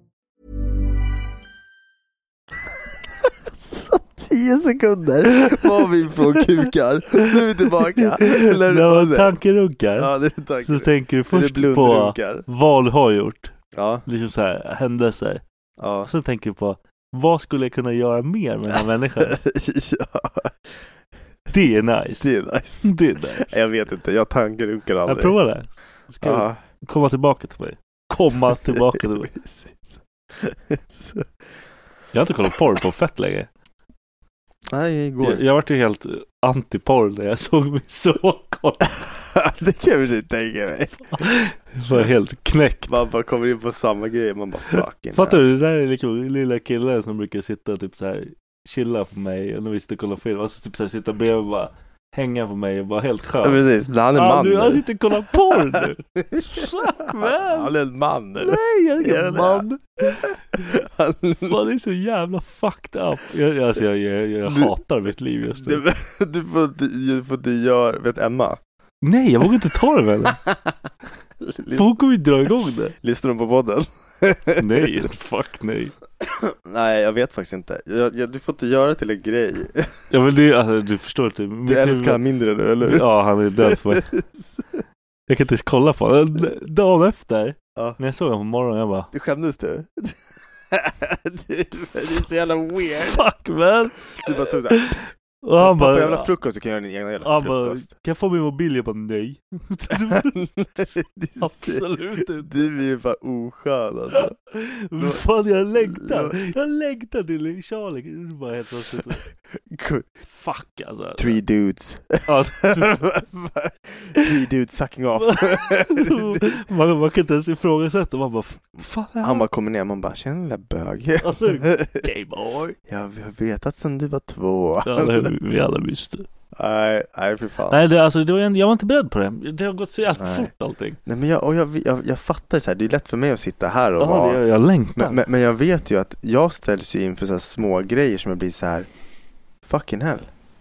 Speaker 3: Tio sekunder var vi från kukar. Nu är vi tillbaka. Eller,
Speaker 1: När
Speaker 3: vad
Speaker 1: man
Speaker 3: säger-
Speaker 1: tankerunkar
Speaker 3: Ja, det är
Speaker 1: så
Speaker 3: tankerunkar.
Speaker 1: tänker du
Speaker 3: Så det är
Speaker 1: först på
Speaker 3: blundrunkar.
Speaker 1: vad du har gjort.
Speaker 3: Ja.
Speaker 1: Liksom så här, händelser.
Speaker 3: Ja.
Speaker 1: Sen tänker du på vad skulle jag kunna göra mer med den här människan? Det är nice.
Speaker 3: Det är nice.
Speaker 1: Det är nice.
Speaker 3: Jag vet inte, jag tankerunkar aldrig.
Speaker 1: Jag provar det. Ska
Speaker 3: Ja.
Speaker 1: du komma tillbaka till mig? Komma tillbaka till mig. Jag har inte kollat porr på fett länge.
Speaker 3: Nej, igår.
Speaker 1: Jag, jag vart ju helt anti-porr när jag såg mig så kort.
Speaker 3: det kan jag i och för sig tänka mig.
Speaker 1: Jag var helt knäckt.
Speaker 3: Man bara kommer in på samma grej, man bara fucking
Speaker 1: Fattar du? Det där är liksom lilla killen som brukar sitta och typ så här chilla på mig och när vi sitter och kollar film. Alltså typ så här sitta bredvid och bara hänga på mig och bara helt skön.
Speaker 3: Ja precis, han är
Speaker 1: Ah,
Speaker 3: man
Speaker 1: nu. Han sitter och kollar porr nu.
Speaker 3: Fuck
Speaker 1: man.
Speaker 3: Han är en man nu.
Speaker 1: Nej, jag är
Speaker 3: Ja, det är
Speaker 1: ingen man.
Speaker 3: Han...
Speaker 1: Fan, det är så jävla fucked up. Jag, alltså, jag, jag, jag
Speaker 3: Du-
Speaker 1: hatar mitt liv just nu.
Speaker 3: Du, du får inte, du får inte göra, vet Emma?
Speaker 1: Nej, jag vågar inte ta det väl. För
Speaker 3: Lys,
Speaker 1: hon kommer ju dra igång det.
Speaker 3: lyssnar de på podden?
Speaker 1: Nej, fuck nej.
Speaker 3: Nej jag vet faktiskt inte. Jag, jag, du får inte göra till en
Speaker 1: Mm.
Speaker 3: grej.
Speaker 1: Ja men det, är- alltså, du förstår inte. Mitt
Speaker 3: Du älskar
Speaker 1: huvud-
Speaker 3: han mindre nu eller hur?
Speaker 1: Ja, han är död för mig. Jag kan inte ens kolla på honom. Dagen efter,
Speaker 3: Ja.
Speaker 1: när jag såg honom på morgonen, jag bara
Speaker 3: Du skämdes du? det, det är så jävla weird.
Speaker 1: Fuck man!
Speaker 3: Du bara tog såhär,
Speaker 1: Och han
Speaker 3: på
Speaker 1: bara,
Speaker 3: jävla frukost, du kan göra din egna jävla
Speaker 1: han bara,
Speaker 3: frukost.
Speaker 1: kan jag få min mobil? Jag bara, nej.
Speaker 3: det är så-
Speaker 1: Absolut inte.
Speaker 3: Du är ju bara oskön alltså.
Speaker 1: Men fan jag längtar. Jag längtar till Charlie. Det är bara helt plötsligt. Fuck alltså.
Speaker 3: Three dudes.
Speaker 1: Ja.
Speaker 3: Three dudes sucking off.
Speaker 1: man, man kan inte ens ifrågasätta. Man bara, fan är
Speaker 3: Han bara kommer ner, man bara tjena lilla bög.
Speaker 1: Alltså, gay boy.
Speaker 3: Jag har vetat sen du var två.
Speaker 1: Ja, det är vi alla visste.
Speaker 3: Nej, nej fy fan.
Speaker 1: Nej, det, alltså, det var, en- jag var inte beredd på det. Det har gått så jävla
Speaker 3: Nej.
Speaker 1: fort allting.
Speaker 3: Nej, men jag, och jag, jag, jag fattar så här, det är lätt för mig att sitta här och
Speaker 1: Ja,
Speaker 3: vara
Speaker 1: det, jag, jag längtar.
Speaker 3: Men, men, men jag vet ju att jag ställs ju inför så här små grejer som jag blir så här Fucking hell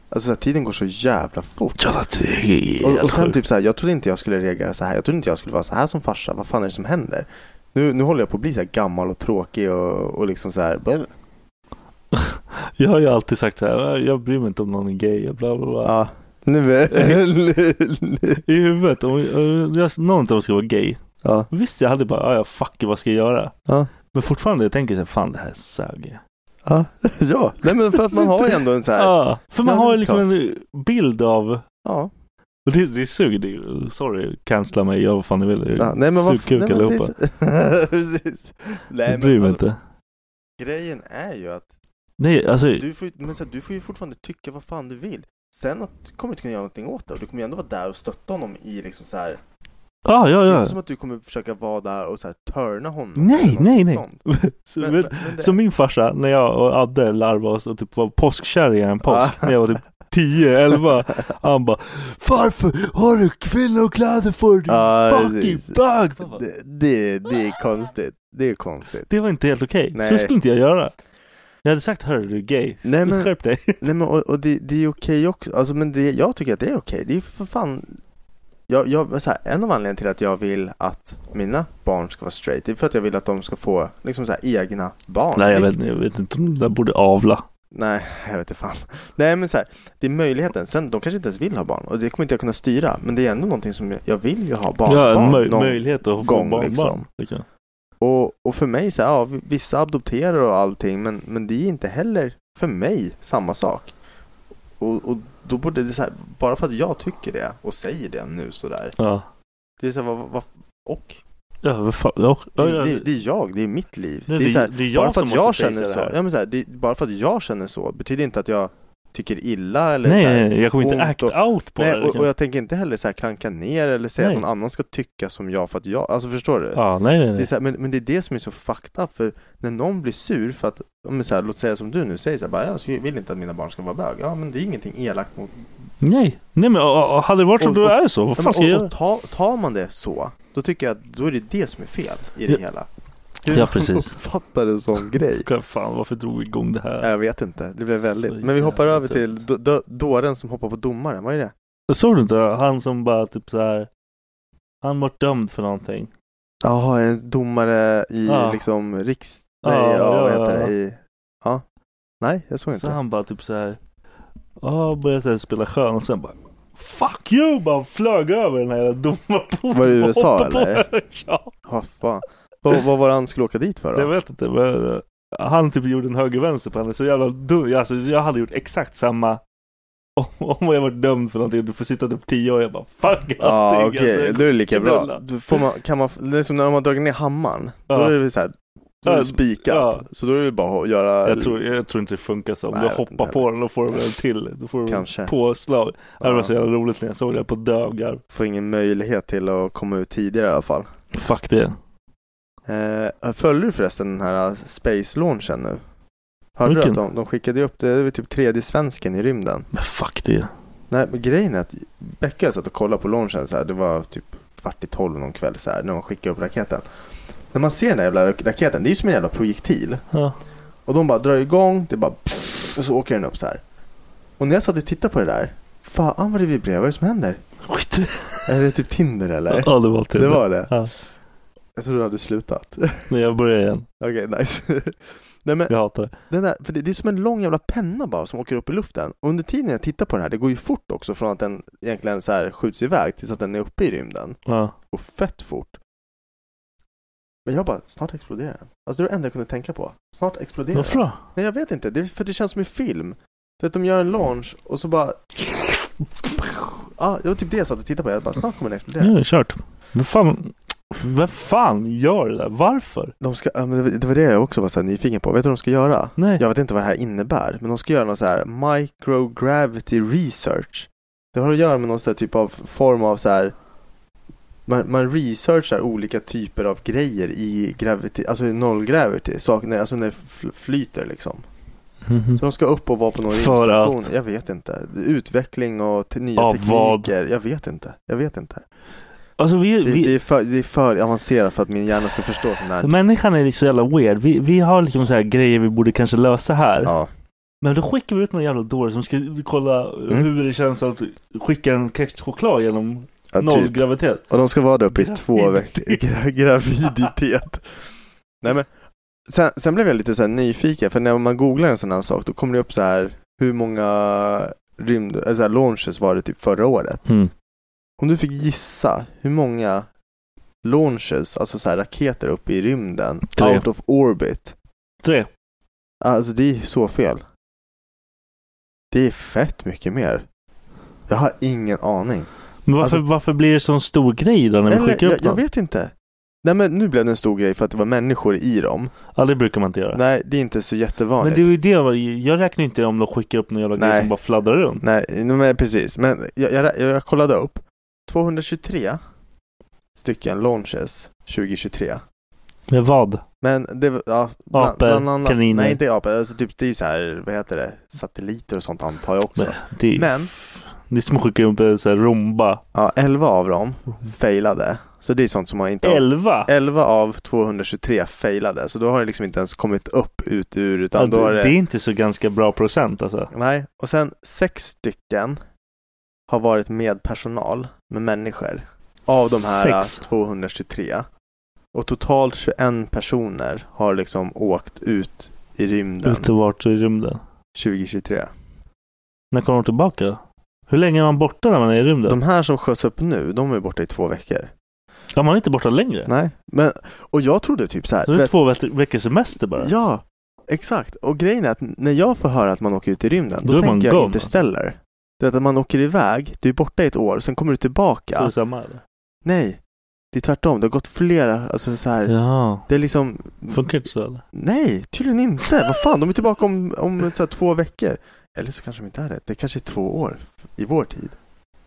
Speaker 3: Alltså så här, tiden går så jävla fort.
Speaker 1: Ja, det är helt
Speaker 3: och, och sen
Speaker 1: sjukt.
Speaker 3: typ så här, jag trodde inte jag skulle reagera så här. Jag trodde inte jag skulle vara så här som farsa. Vad fan är det som händer? Nu, nu håller jag på att bli så här gammal och tråkig och, och liksom så här. "Bäh."
Speaker 1: Jag har ju alltid sagt så här, "Äh, jag bryr mig inte om någon är gay och bla bla bla.
Speaker 3: Ja, nu är
Speaker 1: I huvudet, om om jag, någon av dem ska vara gay.
Speaker 3: Ja.
Speaker 1: Visst, jag hade bara, "Ja, ja fuck it, vad ska jag göra?
Speaker 3: Ja.
Speaker 1: Men fortfarande jag tänker jag så här, fan det här sög.
Speaker 3: Ja, ja. Nej, men för att man har ju ändå en så här.
Speaker 1: Ja, för man
Speaker 3: Ja,
Speaker 1: har
Speaker 3: det
Speaker 1: ju
Speaker 3: är
Speaker 1: liksom en bild av,
Speaker 3: Ja.
Speaker 1: och det, det suger, det, är- sorry, cancella mig, gör vad fan ni vill.
Speaker 3: ja. Nej men
Speaker 1: Sug
Speaker 3: vad
Speaker 1: kuk
Speaker 3: nej, men det är
Speaker 1: allihopa.
Speaker 3: så- Precis. Nej,
Speaker 1: Jag bryr mig
Speaker 3: alltså,
Speaker 1: inte.
Speaker 3: Grejen är ju att
Speaker 1: Nej, alltså,
Speaker 3: Du får, ju- men så här, du får ju fortfarande tycka vad fan du vill. Sen att du kommer inte kunna göra någonting åt det. och Du kommer ju ändå vara där och stötta honom i liksom så här.
Speaker 1: ah, ja,
Speaker 3: Det är
Speaker 1: ja.
Speaker 3: inte som att du kommer försöka vara där och så här törna honom. eller
Speaker 1: Nej,
Speaker 3: någonting
Speaker 1: nej, nej.
Speaker 3: sånt.
Speaker 1: Så,
Speaker 3: Men-
Speaker 1: men,
Speaker 3: men- men det-
Speaker 1: Som min farsa, när jag och Adde larvade oss och typ var påskkärringar en påsk,
Speaker 3: Ah.
Speaker 1: när jag var typ 10, 11. Han bara Varför har du kvinnokläder för din
Speaker 3: Ja,
Speaker 1: fucking
Speaker 3: precis.
Speaker 1: bög? Fan, vad-
Speaker 3: Det, det, det är konstigt. Det är konstigt.
Speaker 1: Det var inte helt okej,
Speaker 3: Nej.
Speaker 1: så skulle inte jag göra. Jag hade sagt hörru du är gay,
Speaker 3: Nej, men-
Speaker 1: skärp dig.
Speaker 3: Nej men och, och det, det är okej också, alltså men det, jag tycker att det är okej, det är för fan jag, jag, så här, En av anledningarna till att jag vill att mina barn ska vara straight, det är för att jag vill att de ska få liksom så här, egna barn
Speaker 1: Nej jag
Speaker 3: Visst-
Speaker 1: vet, jag vet inte om det där borde avla.
Speaker 3: Nej, jag vet inte fan Nej men så här, det är möjligheten, sen de kanske inte ens vill ha barn och det kommer inte jag kunna styra Men det är ändå någonting som jag, jag vill ju ha barn,
Speaker 1: ja, en
Speaker 3: barn
Speaker 1: möj-
Speaker 3: någon-
Speaker 1: möjlighet att få
Speaker 3: gång,
Speaker 1: barnbarn.
Speaker 3: liksom.
Speaker 1: Liksom.
Speaker 3: och, och för mig så här, ja, vi- vissa adopterar och allting men, men det är inte heller för mig samma sak. Och, och då borde det så här, bara för att jag tycker det och säger det nu sådär.
Speaker 1: Ja.
Speaker 3: Det är så här, vad, vad, och?
Speaker 1: Ja, vad fan. Ja,
Speaker 3: Det,
Speaker 1: ja,
Speaker 3: är-
Speaker 1: ja.
Speaker 3: det, är- det är jag, det är mitt liv.
Speaker 1: Nej,
Speaker 3: det är
Speaker 1: det-
Speaker 3: så här,
Speaker 1: det är jag
Speaker 3: bara för
Speaker 1: som måste
Speaker 3: att jag känner
Speaker 1: fejsa
Speaker 3: så.
Speaker 1: det här.
Speaker 3: Ja, men så här, det, bara för att jag känner så betyder inte att jag tycker illa eller
Speaker 1: nej,
Speaker 3: så här,
Speaker 1: nej, nej, jag kommer inte
Speaker 3: ont
Speaker 1: act
Speaker 3: och-
Speaker 1: out på
Speaker 3: Nej,
Speaker 1: det.
Speaker 3: och,
Speaker 1: liksom.
Speaker 3: och jag tänker inte heller så här klanka ner eller säga
Speaker 1: Nej.
Speaker 3: att någon annan ska tycka som jag för att jag, alltså förstår du?
Speaker 1: Ja, nej, nej,
Speaker 3: Det är
Speaker 1: nej.
Speaker 3: så här, men, men det är det som är så fucked up, för när någon blir sur för att, om det är så här, låt säga som du nu säger så här, bara, jag vill inte att mina barn ska vara bög. Ja men det är ingenting elakt mot...
Speaker 1: Nej, nej men och, och, hade det varit som
Speaker 3: Och-
Speaker 1: du
Speaker 3: och-
Speaker 1: är så, vad
Speaker 3: Ja,
Speaker 1: fan ska
Speaker 3: men,
Speaker 1: jag
Speaker 3: och
Speaker 1: göra?
Speaker 3: och ta, tar man det så, då tycker jag att då är det det som är fel i det
Speaker 1: Ja.
Speaker 3: hela.
Speaker 1: Ja, precis.
Speaker 3: man uppfattar en sån grej?
Speaker 1: Vad Fan, varför drog vi igång det
Speaker 3: Nej,
Speaker 1: här?
Speaker 3: Jag vet inte, det blev väldigt.
Speaker 1: Så
Speaker 3: Men vi hoppar
Speaker 1: jävla
Speaker 3: över till d- d- dåren som hoppar på domaren, vad är det?
Speaker 1: Såg du inte han som bara typ så här Han var dömd för någonting.
Speaker 3: Jaha, är det en domare i
Speaker 1: Ja.
Speaker 3: liksom riks...
Speaker 1: Ja,
Speaker 3: Nej, ja, vad
Speaker 1: Ah. ja,
Speaker 3: heter
Speaker 1: ja.
Speaker 3: det? I... Ja. Nej, jag såg inte.
Speaker 1: Så han bara typ så här Ja, började så här spela skön och sen bara Fuck you! Bara flög över den här jävla domarbordet.
Speaker 3: Var det i USA,
Speaker 1: Hoppade på
Speaker 3: eller?
Speaker 1: den. Ja,
Speaker 3: Ha, fan. Vad, vad var det han skulle åka dit för då?
Speaker 1: jag vet inte. Men, eh, han typ gjorde en höger-vänster på henne. Så jävla dum. Alltså, jag hade gjort exakt samma. Om, om jag var dömd för någonting. Du får sitta typ tio år. Jag bara fuck
Speaker 3: Ja ah,
Speaker 1: allting,
Speaker 3: okej, då är det lika bra.
Speaker 1: knulla.
Speaker 3: Då Får man, kan man, det är som när de har dragit ner hammaren, då
Speaker 1: Ja.
Speaker 3: är det väl såhär, då är
Speaker 1: Ja,
Speaker 3: det spikat.
Speaker 1: ja.
Speaker 3: Så då är det väl bara att göra,
Speaker 1: Jag tror, jag tror inte det funkar så. Om
Speaker 3: Nej,
Speaker 1: du
Speaker 3: jag vet
Speaker 1: hoppar
Speaker 3: inte
Speaker 1: på den, då får du väl en till. Då får du
Speaker 3: Kanske.
Speaker 1: Kanske. påslag. Det var
Speaker 3: ja,
Speaker 1: så jävla roligt när jag såg det på dövgarv.
Speaker 3: får ingen möjlighet till att komma ut tidigare i alla fall.
Speaker 1: Fuck det.
Speaker 3: Eh, följer du förresten den här space-launchen nu? Hörde du
Speaker 1: Vilken?
Speaker 3: att de, de skickade upp, det är väl typ tredje svensken i rymden.
Speaker 1: Men fuck det.
Speaker 3: Nej men grejen är att Becka satt och kollade på launchen så här, det var typ kvart i tolv någon kväll så här, när de skickade upp raketen. När man ser den där jävla raketen, det är ju som en jävla projektil.
Speaker 1: Ja.
Speaker 3: Och de bara drar igång, det bara och så åker den upp så här. Och när jag satt och tittade på det där, fan vad det vibrerar, vad är det som händer?
Speaker 1: Skit i det.
Speaker 3: Är det typ Tinder eller?
Speaker 1: Ja, det var till
Speaker 3: Det var det?
Speaker 1: Ja.
Speaker 3: Jag trodde du hade slutat.
Speaker 1: Nej, jag börjar igen.
Speaker 3: Okej, nice. Nej men,
Speaker 1: Jag hatar det.
Speaker 3: den där, för det, det är som en lång jävla penna bara som åker upp i luften. Och under tiden jag tittar på den här, det går ju fort också från att den egentligen så här skjuts iväg tills att den är uppe i rymden.
Speaker 1: Ja.
Speaker 3: Det går fett fort. Men jag bara, snart exploderar den. Alltså det var det enda jag kunde tänka på. Snart exploderar den.
Speaker 1: Varför då?
Speaker 3: Nej jag vet inte, det är för att det känns som i film. Du vet de gör en launch och så bara... Ja, det var typ det jag satt och tittade på. Jag bara, snart kommer den
Speaker 1: Nu är
Speaker 3: explodera.
Speaker 1: det kört. Vem fan, vem fan gör det där? Varför?
Speaker 3: De ska, ja, men det var- det var det jag också var så här nyfiken på. Vet du vad de ska göra?
Speaker 1: Nej.
Speaker 3: Jag vet inte vad det här innebär, men de ska göra någon så här microgravity research. Det har att göra med någon sån här typ av form av så här man, man researchar olika typer av grejer i gravity, alltså i noll gravity, saker, när- alltså när det fl- flyter liksom.
Speaker 1: Mhm.
Speaker 3: Så de ska upp och vara på någon
Speaker 1: För
Speaker 3: rymdstation. Jag vet inte. Utveckling och te- nya
Speaker 1: Av vad?
Speaker 3: tekniker. Jag vet inte. Jag vet inte.
Speaker 1: Alltså vi,
Speaker 3: Det,
Speaker 1: vi
Speaker 3: det, är för, det är för avancerat för att min hjärna ska förstå sånt här.
Speaker 1: människan är liksom så jävla weird. Vi, vi har liksom så här grejer vi borde kanske lösa här.
Speaker 3: Ja.
Speaker 1: Men då skickar vi ut någon jävla dåre som ska kolla
Speaker 3: Mm.
Speaker 1: hur det känns att skicka en kexchoklad genom
Speaker 7: Ja,
Speaker 1: noll
Speaker 7: typ.
Speaker 1: graviditet.
Speaker 3: Och de ska vara där uppe i två veckor. Gra- graviditet. Nej men, sen, sen blev jag lite så här nyfiken för när man googlar en sån här sak då kommer det upp så här hur många rymd, eller så här launches var det typ förra året.
Speaker 1: Mm.
Speaker 3: Om du fick gissa hur många launches, alltså så här raketer upp i rymden,
Speaker 1: Tre.
Speaker 3: out of orbit.
Speaker 1: Tre.
Speaker 3: Alltså det är så fel. Det är fett mycket mer. Jag har ingen aning.
Speaker 1: Men varför, varför blir det sån stor grej då när vi
Speaker 3: Eller,
Speaker 1: skickar upp
Speaker 3: Alltså- jag, jag
Speaker 1: den?
Speaker 3: vet inte. Nej men nu blev det en stor grej för att det var människor i dem.
Speaker 1: Ja, det brukar man inte göra.
Speaker 3: Nej, det är inte så
Speaker 1: Men
Speaker 3: jättevanligt.
Speaker 1: det är ju det, jag- jag räknar inte om de skickar upp någon jävla grej
Speaker 3: Nej.
Speaker 1: som bara fladdrar runt.
Speaker 3: Nej, nej, men precis. Men jag, jag, jag kollade upp. 223 stycken launches 2023.
Speaker 1: Med vad?
Speaker 3: Men det var, ja, bland-
Speaker 1: Apor,
Speaker 3: bland annat-
Speaker 1: kaniner.
Speaker 3: Nej, inte apor. Alltså typ, det är ju så här, vad heter det, satelliter och sånt antar jag också.
Speaker 1: Men det är-
Speaker 3: Men,
Speaker 1: Det är som att skicka upp en sån här rumba.
Speaker 3: ja, 11 av dem failade. Så det är sånt som man inte... har-
Speaker 1: 11?
Speaker 3: 11 av 223 failade. Så då har det liksom inte ens kommit upp ut ur, utan
Speaker 1: Ja,
Speaker 3: då har
Speaker 1: det, det är inte så ganska bra procent alltså.
Speaker 3: Nej, och sen sex stycken har varit med personal, med människor, av de här
Speaker 1: Sex.
Speaker 3: 223. Och totalt 21 personer har liksom åkt ut i rymden
Speaker 1: Ute vart i rymden.
Speaker 3: 2023.
Speaker 1: När kommer de tillbaka då? Hur länge är man borta när man är i rymden?
Speaker 3: De här som sköts upp nu, de är borta i två veckor.
Speaker 1: Ja, man är inte borta längre.
Speaker 3: Nej, men och jag trodde typ så här.
Speaker 1: Så det är
Speaker 3: vet-
Speaker 1: två veck- veckors semester bara.
Speaker 3: Ja, exakt. Och grejen är att när jag får höra att man åker ut i rymden, då,
Speaker 1: Då är man
Speaker 3: tänker jag
Speaker 1: gone, alltså.
Speaker 3: Interstellar. Det är att man åker iväg, du är borta i ett år, sen kommer du tillbaka.
Speaker 1: Så är det samma eller?
Speaker 3: Nej, det är tvärtom. Det har gått flera, alltså så här.
Speaker 1: Ja.
Speaker 3: Det är liksom,
Speaker 1: Funkar inte så eller?
Speaker 3: nej, tydligen inte. Vad fan, de är tillbaka om, om så här, två veckor. Eller så kanske de inte är det. Det kanske är två år i vår tid.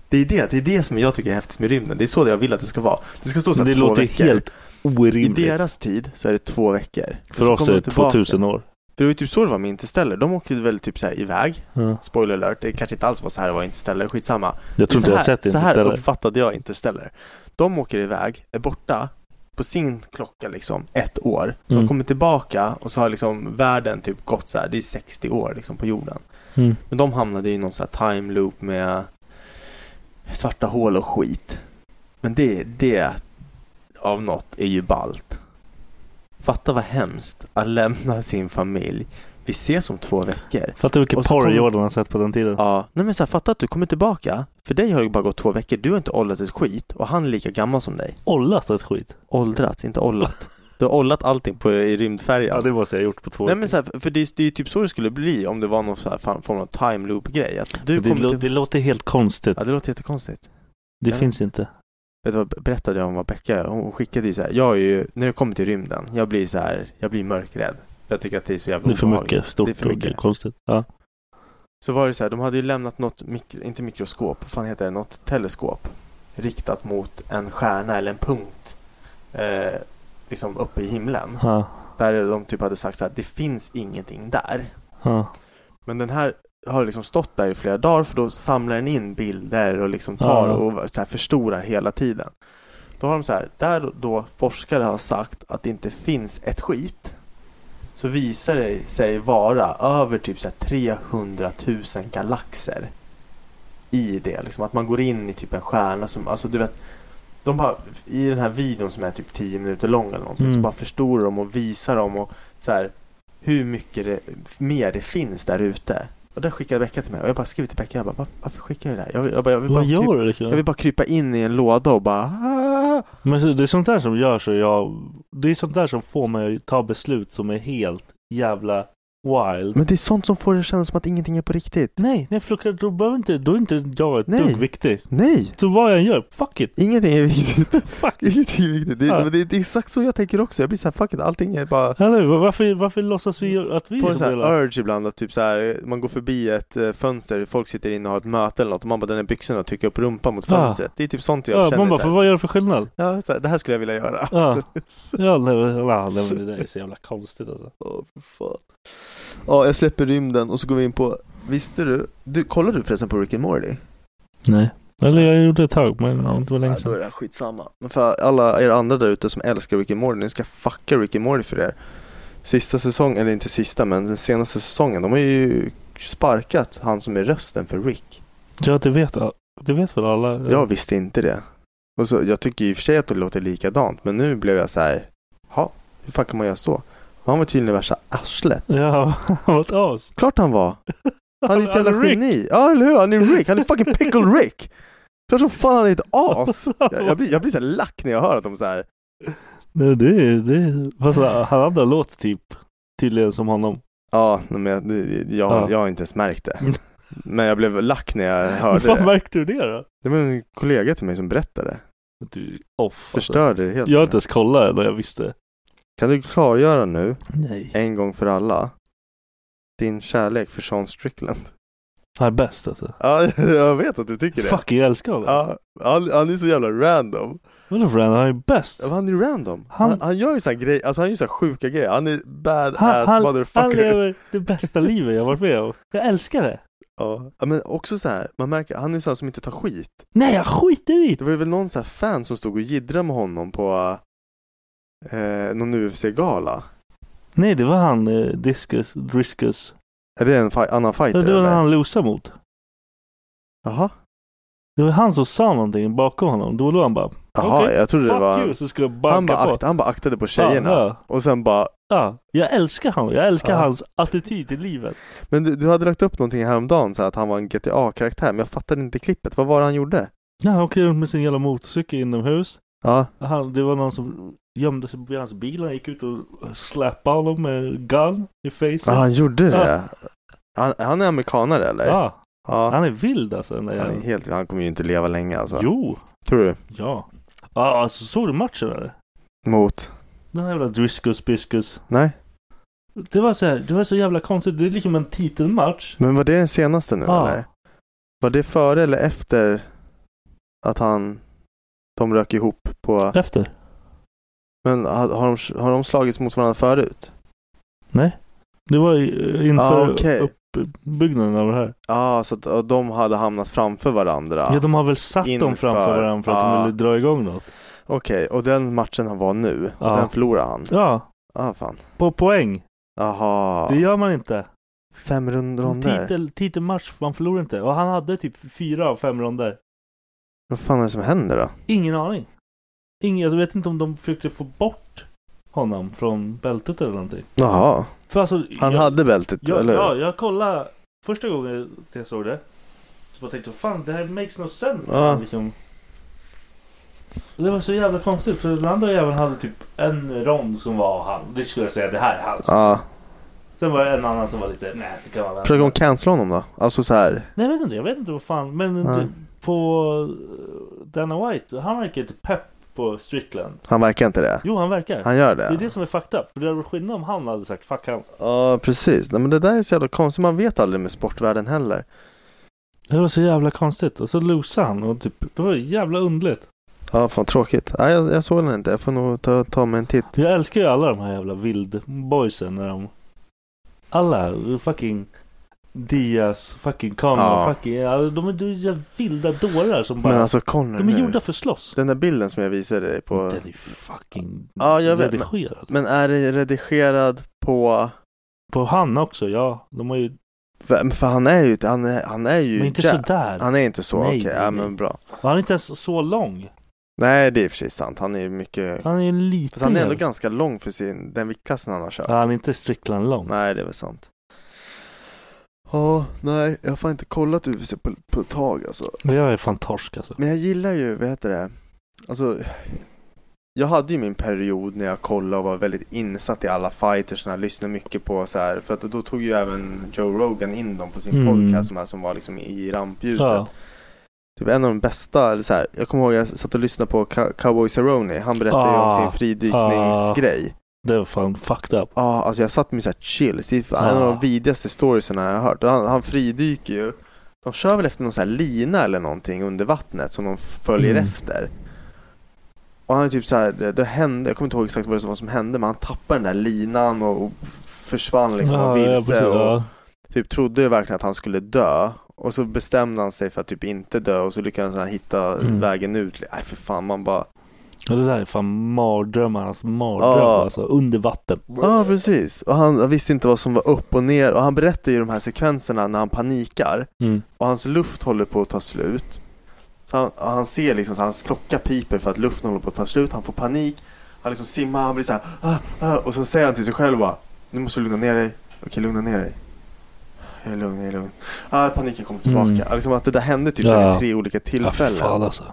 Speaker 3: Det är det, det är det som jag tycker är häftigt med rymden. Det är så jag vill att det ska vara. Det ska stå så här
Speaker 1: det
Speaker 3: två
Speaker 1: låter
Speaker 3: veckor.
Speaker 1: helt
Speaker 3: I
Speaker 1: orimligt.
Speaker 3: deras tid så är det två veckor.
Speaker 1: För
Speaker 3: Så
Speaker 1: oss
Speaker 3: kommer
Speaker 1: är
Speaker 3: de
Speaker 1: det
Speaker 3: tillbaka.
Speaker 1: 2000 år.
Speaker 3: För det var ju typ så det var med Interstellar. De åkte väl typ så här iväg.
Speaker 1: Ja.
Speaker 3: Spoiler alert, det kanske inte alls var så här det var Interstellar, skitsamma.
Speaker 1: Jag tror
Speaker 3: Det
Speaker 1: inte
Speaker 3: är
Speaker 1: jag
Speaker 3: så
Speaker 1: har
Speaker 3: här-
Speaker 1: sett
Speaker 3: Så här
Speaker 1: Interstellar.
Speaker 3: uppfattade jag Interstellar. De åker iväg, är borta på sin klocka liksom ett år. De
Speaker 1: Mm.
Speaker 3: kommer tillbaka och så har liksom världen typ gått så här, det är 60 år liksom på jorden.
Speaker 1: Mm.
Speaker 3: Men de hamnade i någon så här time loop med svarta hål och skit. Men det, det av något är ju ballt. Fatta vad hemskt att lämna sin familj. Vi ses om två veckor.
Speaker 1: Fattar du vilken
Speaker 3: Och så
Speaker 1: porr
Speaker 3: kom-
Speaker 1: Jordan har sett på den tiden?
Speaker 3: Ja, nej men så här, fatta att du kommer tillbaka. För dig har det bara gått två veckor. Du har inte åldrats ett skit och han är lika gammal som dig.
Speaker 1: Ollat ett skit.
Speaker 3: Åldrats, inte ållat. Du har ållat allting på, i rymdfärjan.
Speaker 1: Ja, det måste jag ha gjort på två
Speaker 3: Nej
Speaker 1: veckor.
Speaker 3: men så här, för det, är- det är ju typ så det skulle bli om det var någon så här fan- form av time loop grej. Att du
Speaker 1: det,
Speaker 3: kommer
Speaker 1: lå-
Speaker 3: till...
Speaker 1: det låter helt konstigt.
Speaker 3: Ja det låter jättekonstigt.
Speaker 1: Det
Speaker 3: Ja.
Speaker 1: finns inte.
Speaker 3: Vet du vad berättade jag om vad Becka gör? Hon skickade ju så här, jag är ju, när det kommer till rymden, jag blir så här, jag blir mörkrädd. Jag tycker att det är så jävla
Speaker 1: Det är för
Speaker 3: obehagligt.
Speaker 1: mycket stort
Speaker 3: Det är för mycket.
Speaker 1: och konstigt. Ja.
Speaker 3: Så var det så här, de hade ju lämnat något, mikro, inte mikroskop, vad fan heter det, något teleskop riktat mot en stjärna eller en punkt eh, liksom uppe i himlen.
Speaker 1: Ja.
Speaker 3: Där de typ hade sagt så här, det finns ingenting där.
Speaker 1: Ja.
Speaker 3: Men den här har liksom stått där i flera dagar för då samlar den in bilder och liksom tar
Speaker 1: Ja.
Speaker 3: och så här förstorar hela tiden. Då har de så här, där då forskare har sagt att det inte finns ett skit så visar det sig vara över typ så här 300 000 galaxer i det. Liksom att man går in i typ en stjärna som, alltså du vet de bara, I den här videon som är typ 10 minuter lång eller någonting så
Speaker 1: Mm.
Speaker 3: bara förstorar de och visar dem och så här, hur mycket det, mer det finns där ute. Och där skickade Becka till mig och jag bara skrev till Becka, jag bara, "Va- varför skickar du det här? Jag, jag, bara, jag, vill bara typ-
Speaker 1: Vad
Speaker 3: krypa,
Speaker 1: gör du
Speaker 3: jag
Speaker 1: liksom?
Speaker 3: vill bara krypa in i en låda och bara "Ah."
Speaker 1: Men så, det är sånt där som gör så jag... Det är sånt där som får mig att ta beslut som är helt jävla wild.
Speaker 3: Men det är sånt som får det att kännas som att ingenting är på riktigt.
Speaker 1: Nej, nej för då, kan- då, behöver inte, då är inte jag ett
Speaker 3: Nej.
Speaker 1: dugg viktig.
Speaker 3: Nej!
Speaker 1: Så vad jag än gör, fuck it.
Speaker 3: Ingenting är viktigt.
Speaker 1: Fuck.
Speaker 3: Ingenting är viktigt. Det,
Speaker 1: Ja.
Speaker 3: men det, det är exakt så jag tänker också. Jag blir såhär, fuck it, allting är bara
Speaker 1: Eller hur? varför, varför låtsas vi att vi
Speaker 3: får
Speaker 1: är
Speaker 3: en
Speaker 1: så
Speaker 3: sån
Speaker 1: hela?
Speaker 3: här urge ibland att typ så här, man går förbi ett eh, fönster, folk sitter inne och har ett möte eller något och man bara den här byxorna och trycker upp rumpan mot
Speaker 1: Ja.
Speaker 3: fönstret. Det är typ sånt jag
Speaker 1: Ja,
Speaker 3: känner.
Speaker 1: man bara,
Speaker 3: så
Speaker 1: för
Speaker 3: här,
Speaker 1: vad gör det för skillnad?
Speaker 3: ja, så här, det här skulle jag vilja göra.
Speaker 1: Ja, ja nej, men- nej, nej, men det där är så jävla konstigt alltså.
Speaker 3: Åh, för fan. Ja, jag släpper rymden och så går vi in på Visste du? du kollar du förresten på Rick and Morty?
Speaker 1: Nej. Eller jag gjorde det ett tag, men Mm, det var länge
Speaker 3: Ja, då
Speaker 1: sedan.
Speaker 3: är det här skitsamma. Men för alla er andra där ute som älskar Rick and Morty, ni ska fucka Rick and Morty för er. Sista säsongen, eller inte sista men den senaste säsongen, de har ju sparkat han som är rösten för Rick.
Speaker 1: Ja, det vet, det vet väl alla?
Speaker 3: Jag visste inte det. Och så, jag tycker i och för sig att det låter likadant, men nu blev jag så här. Ja, hur fan kan man göra så? Och han var tydligen värsta arslet.
Speaker 1: Ja, han var ett as.
Speaker 3: Klart han var. Han är ett jävla
Speaker 1: Han är Rick.
Speaker 3: geni. Ja, eller hur? Han är Rick. Han är fucking Pickle Rick. Klart som fan han är ett as. Jag, jag, blir, jag blir så här lack när jag hör att de så här.
Speaker 1: Nej, det är... Det är fast han hade låt typ tydligen som honom.
Speaker 3: Ja, men jag, jag,
Speaker 1: Ja.
Speaker 3: jag har inte ens märkt det. Men jag blev lack när jag
Speaker 1: Hur
Speaker 3: hörde
Speaker 1: fan
Speaker 3: det.
Speaker 1: märkte du det då?
Speaker 3: Det var en kollega till mig som berättade.
Speaker 1: Du är off.
Speaker 3: Förstörde det helt.
Speaker 1: Alltså. Jag har inte ens kollat eller jag visste.
Speaker 3: Kan du klargöra nu,
Speaker 1: Nej.
Speaker 3: en gång för alla, din kärlek för Sean Strickland?
Speaker 1: Han är bäst alltså.
Speaker 3: Ja, jag vet att du tycker det.
Speaker 1: Fucking jag älskar honom.
Speaker 3: Ja, han, han är så jävla random.
Speaker 1: Vadå för han? Han är bäst.
Speaker 3: Ja, Han är random. Han,
Speaker 1: Han-
Speaker 3: han, gör ju sån här grej, alltså han gör så här sjuka grejer. Han är badass
Speaker 1: Han, han,
Speaker 3: motherfucker.
Speaker 1: han lever det bästa livet jag varit med om. Jag älskar det.
Speaker 3: Ja, Ja, men också så här, man märker, han är sån som inte tar skit.
Speaker 1: Nej, jag skiter i
Speaker 3: Det
Speaker 1: det.
Speaker 3: var ju väl någon så här fan som stod och jiddrade med honom på eh, någon UFC-gala.
Speaker 1: Nej, det var han eh, Discus, Driscus.
Speaker 3: Är det en fi- annan fighter
Speaker 1: Det var
Speaker 3: eller?
Speaker 1: den han losade mot.
Speaker 3: Jaha,
Speaker 1: Det var han som sa någonting bakom honom. Då var då han bara
Speaker 3: Jaha
Speaker 1: Okej,
Speaker 3: jag trodde det
Speaker 1: Fuck
Speaker 3: var...
Speaker 1: you! Så ska jag banka
Speaker 3: Han bara,
Speaker 1: på.
Speaker 3: akt, han bara aktade på tjejerna.
Speaker 1: Ja, ja.
Speaker 3: Och sen bara,
Speaker 1: Ja, jag älskar honom. Jag älskar
Speaker 3: Ja.
Speaker 1: hans attityd till livet.
Speaker 3: men du, du hade lagt upp någonting häromdagen så här att han var en GTA-karaktär, men jag fattade inte klippet. Vad var det han gjorde?
Speaker 1: Ja, han åker runt med sin jävla motorcykel inomhus.
Speaker 3: Ja,
Speaker 1: Han, det var någon som gömde sig vid hans bil. Han gick ut och släppade honom med gun i
Speaker 3: ah,
Speaker 1: facet.
Speaker 3: han gjorde det. Han, han är amerikanare eller?
Speaker 1: Ja,
Speaker 3: Ja.
Speaker 1: han är vild alltså. Den där
Speaker 3: Han, är
Speaker 1: jäveln.
Speaker 3: helt, han kommer ju inte leva länge alltså.
Speaker 1: Jo,
Speaker 3: Tror du?
Speaker 1: ja. Ja, alltså såg du matchen eller?
Speaker 3: Mot?
Speaker 1: Den här jävla Driscus Biscus.
Speaker 3: Nej.
Speaker 1: Det var så här, det var så jävla konstigt. Det är liksom en titelmatch.
Speaker 3: Men var det den senaste nu
Speaker 1: Ja.
Speaker 3: eller? Var det före eller efter att han, de rök ihop på...
Speaker 1: Efter?
Speaker 3: Men har, har, de, har de slagits mot varandra förut?
Speaker 1: Nej. Det var eh, inför
Speaker 3: Ah, okej.
Speaker 1: uppbyggnaden av det här.
Speaker 3: Ja, så att och de hade hamnat framför varandra.
Speaker 1: Ja, de har väl satt
Speaker 3: Ah. Inför. ah.
Speaker 1: dem framför varandra för att
Speaker 3: Ja.
Speaker 1: de ville dra igång något.
Speaker 3: Okej, och den matchen han var nu,
Speaker 1: Ja.
Speaker 3: den förlorade han.
Speaker 1: Ja,
Speaker 3: Ah fan.
Speaker 1: på poäng.
Speaker 3: Jaha.
Speaker 1: Det gör man inte.
Speaker 3: Fem rund- ronder.
Speaker 1: Titel, titelmatch, man förlorar inte. Och han hade typ fyra av fem ronder.
Speaker 3: Vad fan är det som händer då?
Speaker 1: Ingen aning. Ingen, jag vet inte om de försökte få bort honom från bältet eller någonting.
Speaker 3: Jaha.
Speaker 1: För alltså,
Speaker 3: Han
Speaker 1: jag,
Speaker 3: hade bältet,
Speaker 1: jag,
Speaker 3: eller hur?
Speaker 1: Ja, jag kollade första gången jag såg det. Så jag tänkte jag, fan det här makes no sense.
Speaker 3: Ja.
Speaker 1: Liksom. Det var så jävla konstigt för den andra jäveln hade typ en rond som var han. Det skulle jag säga, det här är hans.
Speaker 3: Ja.
Speaker 1: Sen var det en annan som var lite, nej det kan man vänta.
Speaker 3: Försöker de cancella honom då? Alltså så här.
Speaker 1: Nej jag vet inte, jag vet inte vad fan. Men
Speaker 3: Nej.
Speaker 1: du, på eh, Dana White, han verkar inte pepp på Strickland.
Speaker 3: han verkar inte det.
Speaker 1: Jo han verkar.
Speaker 3: Han gör
Speaker 1: Det är det
Speaker 3: det?
Speaker 1: som är fucked up. För det hade varit skillnad om han hade sagt fuck han.
Speaker 3: Ja, precis. Nej men det där är så jävla konstigt. Man vet aldrig med sportvärlden heller.
Speaker 1: Det var så jävla konstigt. Och så losade han och typ, det var jävla underligt.
Speaker 3: Ja, fan tråkigt. Nej, jag, jag såg den inte. Jag får nog ta, ta mig en titt.
Speaker 1: Jag älskar ju alla de här jävla vildboysen när de... Alla fucking Diaz, fucking Connor,
Speaker 3: Ja.
Speaker 1: fucking... ja, De är de är jävla vilda dårar som bara...
Speaker 3: Men alltså Connor
Speaker 1: de är
Speaker 3: nu.
Speaker 1: gjorda för slåss.
Speaker 3: Den där bilden som jag visade dig på.
Speaker 1: Den är fucking
Speaker 3: Ja, jag vet, men-
Speaker 1: redigerad.
Speaker 3: Men är det redigerad på...
Speaker 1: På han också, ja. De har ju...
Speaker 3: Vem? För han är ju, han är, han är ju
Speaker 1: Men inte
Speaker 3: jä-
Speaker 1: sådär. Han...
Speaker 3: Han är inte så,
Speaker 1: Nej,
Speaker 3: okej,
Speaker 1: nej,
Speaker 3: ja,
Speaker 1: nej.
Speaker 3: men bra.
Speaker 1: han är inte ens så lång.
Speaker 3: Nej, det är i och för sig sant. Han är ju mycket...
Speaker 1: Typ. Han är ju en liten.
Speaker 3: Fast han är ändå
Speaker 1: jävel.
Speaker 3: ganska lång för sin, den viktklassen han har kört.
Speaker 1: Ja, han är inte Strickland lång.
Speaker 3: Nej, det är väl sant. Ja, nej, jag har fan inte kollat UFC på, på ett tag alltså.
Speaker 1: Men jag är fan torsk alltså.
Speaker 3: Men jag gillar ju, vad heter det? Alltså, jag hade ju min period när jag kollade och var väldigt insatt i alla fighters. Jag lyssnade mycket på så här, för att då tog ju även Joe Rogan in dem på sin
Speaker 1: Mm.
Speaker 3: podcast som, här, som var liksom i rampljuset.
Speaker 1: Ja.
Speaker 3: Typ en av de bästa, eller så här, jag kommer ihåg jag satt och lyssnade på Ca- Cowboy Cerrone. Han berättade ju om
Speaker 1: Ah,
Speaker 3: sin fridykningsgrej.
Speaker 1: Det var fan fucked up.
Speaker 3: Ja, alltså jag satt med så här chills. Det är en
Speaker 1: Ah.
Speaker 3: av de vidigaste storiesarna jag har hört. Och Han, han fridyker ju. De kör väl efter någon så här lina eller någonting under vattnet som de följer
Speaker 1: Mm.
Speaker 3: efter. Och han är typ så här, det, det hände, jag kommer inte ihåg exakt vad det var som hände, men han tappade den där linan och, och försvann liksom, han
Speaker 1: ja,
Speaker 3: vilse
Speaker 1: precis,
Speaker 3: och
Speaker 1: ja.
Speaker 3: typ trodde ju verkligen att han skulle dö och så bestämde han sig för att typ inte dö och så lyckades han hitta
Speaker 1: Mm.
Speaker 3: vägen ut. Nej för fan man bara
Speaker 1: Och det där är fan mardrömmarnas mardröm
Speaker 7: Ja.
Speaker 1: alltså. Under vatten.
Speaker 3: Ja, precis. Och han visste inte vad som var upp och ner. Och han berättar ju de här sekvenserna när han panikar.
Speaker 1: Mm.
Speaker 3: Och hans luft håller på att ta slut. Så han, och han ser liksom, så hans klocka piper för att luften håller på att ta slut. Han får panik. Han liksom simmar, han blir så här. Ah, ah, och så säger han till sig själv bara. Nu måste du lugna ner dig. Okej, lugna ner dig. Jag är lugn, jag är lugn. Ah, paniken kommer tillbaka.
Speaker 1: Mm.
Speaker 3: Liksom att det där hände typ
Speaker 1: Ja.
Speaker 3: så här vid tre olika tillfällen. Äh,
Speaker 1: Ja, fan alltså.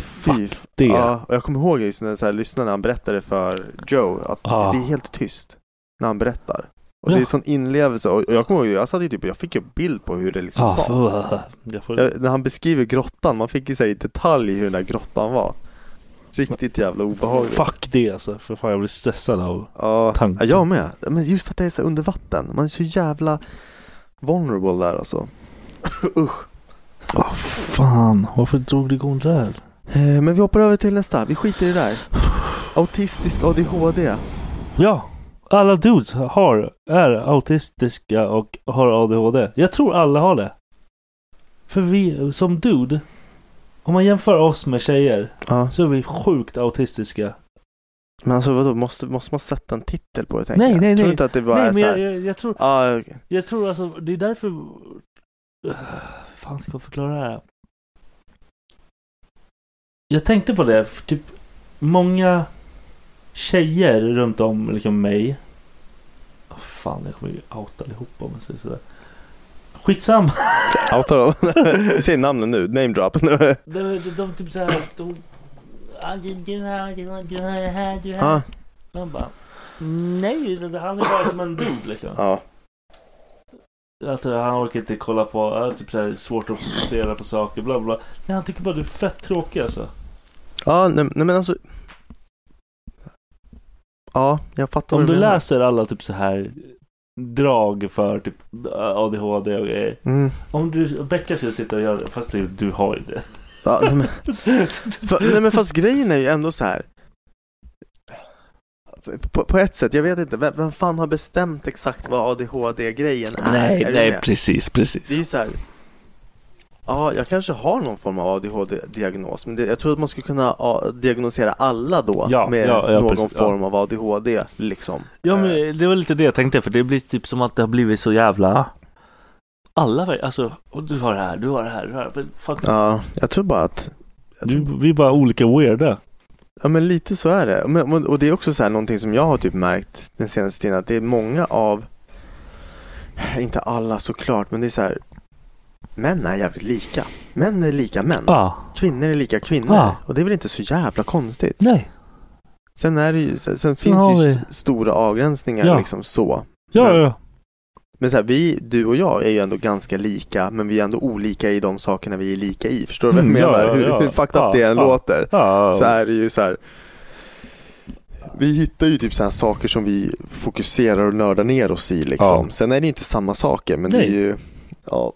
Speaker 3: Fy,
Speaker 1: det.
Speaker 3: Ja, och jag kommer ihåg just när jag så här, lyssnade när han berättade för Joe att
Speaker 1: Ja.
Speaker 3: det är helt tyst när han berättar. Och
Speaker 1: Ja.
Speaker 3: det är sån inlevelse. Och och jag kommer ihåg, jag satt ju typ, jag fick ju en bild på hur det liksom
Speaker 1: Ja,
Speaker 3: var.
Speaker 1: för- jag får-
Speaker 3: Jag, när han beskriver grottan, man fick ju säga i detalj hur den där grottan var. Riktigt jävla obehagligt.
Speaker 1: Fuck det alltså. För fan jag blir stressad av
Speaker 3: Ja, ja,
Speaker 1: tanken.
Speaker 3: jag med. Men just att det är så under vatten. Man är så jävla vulnerable där alltså. Usch.
Speaker 1: Fan, varför drog du igång där?
Speaker 3: Eh, Men vi hoppar över till nästa. Vi skiter i det där. Autistisk ADHD.
Speaker 1: Ja, alla dudes har, är autistiska och har ADHD. Jag tror alla har det. För vi, som dude, om man jämför oss med tjejer,
Speaker 3: Ja.
Speaker 1: så är vi sjukt autistiska.
Speaker 3: Men alltså vadå, måste, måste man sätta en titel på det? tänker
Speaker 1: Nej,
Speaker 3: jag.
Speaker 1: nej, nej.
Speaker 3: Tror du inte att det bara
Speaker 1: Nej,
Speaker 3: är
Speaker 1: men
Speaker 3: så
Speaker 1: jag,
Speaker 3: här?
Speaker 1: jag, jag tror,
Speaker 3: Ja, okej.
Speaker 1: jag tror alltså, det är därför... Äh, fan ska jag förklara det här? Jag tänkte på det, för typ många tjejer runt om liksom mig. Åh, fan, jag kommer ju outa allihopa om jag säger sådär. Skitsamma.
Speaker 3: Outa då. Säg namnen nu, name drop.
Speaker 1: De, de, de typ såhär... De... "Ah, du- Du här, du här, du här, du här, du
Speaker 3: Ja.
Speaker 1: här. Man bara... Nej, det- det- han är bara som en dude liksom.
Speaker 3: ja.
Speaker 1: Att han orkar inte kolla på, ja, typ såhär, svårt att fokusera på saker, bla bla. Nej, han tycker bara du är fett tråkig alltså.
Speaker 3: Ja, nej, nej men alltså. Ja, jag fattar
Speaker 1: Om
Speaker 3: vad
Speaker 1: du
Speaker 3: menar.
Speaker 1: läser alla typ så här drag för typ ADHD och grejer.
Speaker 3: Mm.
Speaker 1: Om du, Becka skulle sitta och göra det, fast det, du har ju det.
Speaker 3: Ja, nej, men, Fa- nej men fast grejen är ju ändå så här. På, på ett sätt, jag vet inte, vem, vem fan har bestämt exakt vad ADHD-grejen är?
Speaker 1: Nej,
Speaker 3: är du
Speaker 1: nej,
Speaker 3: med?
Speaker 1: precis, precis.
Speaker 3: Det är ju så här. Ja, jag kanske har någon form av ADHD-diagnos, men det, jag tror att man skulle kunna ja, diagnosera alla då
Speaker 1: Ja,
Speaker 3: med
Speaker 1: ja, ja,
Speaker 3: någon
Speaker 1: precis, ja.
Speaker 3: form av ADHD, liksom.
Speaker 1: Ja men det var lite det jag tänkte för det blir typ som att det har blivit så jävla Alla ver- alltså, och du har det här, du har det här, du har det här. Fuck.
Speaker 3: Ja, jag tror bara att
Speaker 1: Du, vi är bara olika weirda
Speaker 3: Ja men lite så är det. Men, men- och det är också så här någonting som jag har typ märkt den senaste tiden att det är många av, inte alla såklart, men det är så här Män är jävligt lika. Män är lika män.
Speaker 1: Ja.
Speaker 3: Kvinnor är lika kvinnor.
Speaker 1: Ja.
Speaker 3: Och det är väl inte så jävla konstigt.
Speaker 1: Nej
Speaker 3: Sen är det ju, sen, sen finns
Speaker 1: har
Speaker 3: ju
Speaker 1: vi-
Speaker 3: s- stora avgränsningar
Speaker 1: Ja.
Speaker 3: liksom så.
Speaker 1: Ja, ja, ja.
Speaker 3: Men så här, vi, du och jag är ju ändå ganska lika, men vi är ändå olika i de sakerna vi är lika i. Förstår du vad jag
Speaker 1: Mm, ja,
Speaker 3: menar?
Speaker 1: ja,
Speaker 3: hur,
Speaker 1: ja.
Speaker 3: hur fucked up
Speaker 1: Ja,
Speaker 3: det än
Speaker 1: ja.
Speaker 3: låter.
Speaker 1: Ja, ja.
Speaker 3: Så är det ju så här. Vi hittar ju typ så här saker som vi fokuserar och nördar ner oss i liksom.
Speaker 1: Ja.
Speaker 3: Sen är det ju inte samma saker, men
Speaker 1: Nej.
Speaker 3: det är ju, ja,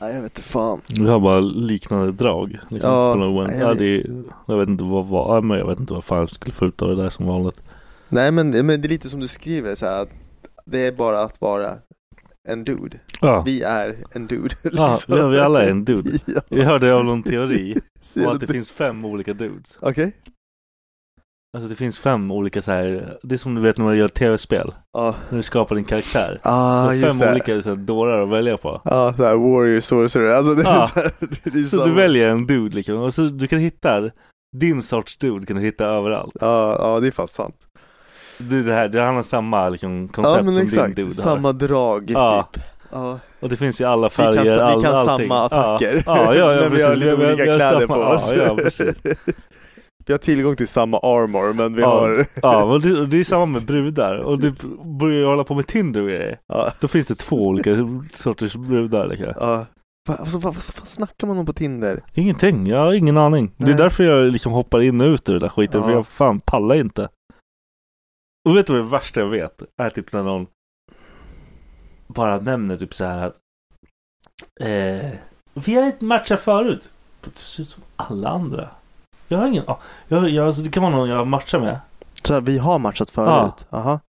Speaker 3: nej jag vet inte fan.
Speaker 1: Vi har bara liknande drag liksom,
Speaker 3: Ja,
Speaker 1: på någon-
Speaker 3: jag
Speaker 1: ja,
Speaker 3: vet.
Speaker 1: det är, Jag vet inte vad, vad ja, men jag vet inte vad fan jag skulle få ut av det där som vanligt
Speaker 3: Nej men, men det är lite som du skriver så här att det är bara att vara en dude.
Speaker 1: Ja.
Speaker 3: Vi är en dude.
Speaker 1: Ja,
Speaker 3: liksom.
Speaker 1: vi, vi alla är en dude
Speaker 3: Ja.
Speaker 1: Jag hörde av någon teori
Speaker 3: Så jävla
Speaker 1: om att det
Speaker 3: dumt.
Speaker 1: finns fem olika dudes
Speaker 3: Okej.
Speaker 1: Alltså det finns fem olika så här. Det är som du vet när man gör tv-spel
Speaker 3: Ja.
Speaker 1: När du skapar din karaktär
Speaker 3: Ah,
Speaker 1: Du har
Speaker 3: just
Speaker 1: fem
Speaker 3: det.
Speaker 1: olika så här, dårar att välja på
Speaker 3: Ja, så här warrior sorcerer. Alltså det är
Speaker 1: Ja.
Speaker 3: så här, det är
Speaker 1: Så du
Speaker 3: samma-
Speaker 1: väljer en dude liksom och så du kan hitta Din sorts dude kan du hitta överallt
Speaker 3: Ja, ja, det är fan sant.
Speaker 1: Det, är det här, det han har samma liksom, koncept
Speaker 3: ja, men
Speaker 1: som
Speaker 3: exakt.
Speaker 1: din dude
Speaker 3: samma
Speaker 1: har
Speaker 3: drag
Speaker 1: Ja.
Speaker 3: typ. Ja.
Speaker 1: Och det finns i alla färger,
Speaker 3: vi kan,
Speaker 1: all,
Speaker 3: vi kan
Speaker 1: allting.
Speaker 3: samma attacker.
Speaker 1: Ja, ja, ja, ja
Speaker 3: men vi har
Speaker 1: precis.
Speaker 3: lite olika
Speaker 1: vi har
Speaker 3: kläder
Speaker 1: samma-
Speaker 3: på oss.
Speaker 1: Ja, ja precis
Speaker 3: vi har tillgång till samma armor, men vi
Speaker 1: ja,
Speaker 3: har...
Speaker 1: ja och det, och det är samma med brudar. Och du börjar hålla på med Tinder och grejer.
Speaker 3: Ja.
Speaker 1: Då finns det två olika sorters brudar. Liksom.
Speaker 3: Ja. Va, alltså, vad, vad fan snackar man om på Tinder?
Speaker 1: Ingenting, jag har ingen aning. Det
Speaker 3: Nej.
Speaker 1: är därför jag liksom hoppar in och ut ur den där skiten. För
Speaker 3: Ja.
Speaker 1: jag fan pallar inte. Och vet du vad det värsta jag vet? Är typ när någon bara nämner typ så här att eh, Vi har inte matchat förut. Du ser ut som alla andra. Jag har ingen ah, jag, jag, alltså, Det kan vara någon jag matchar med.
Speaker 3: Så här, vi har matchat förut. Aha.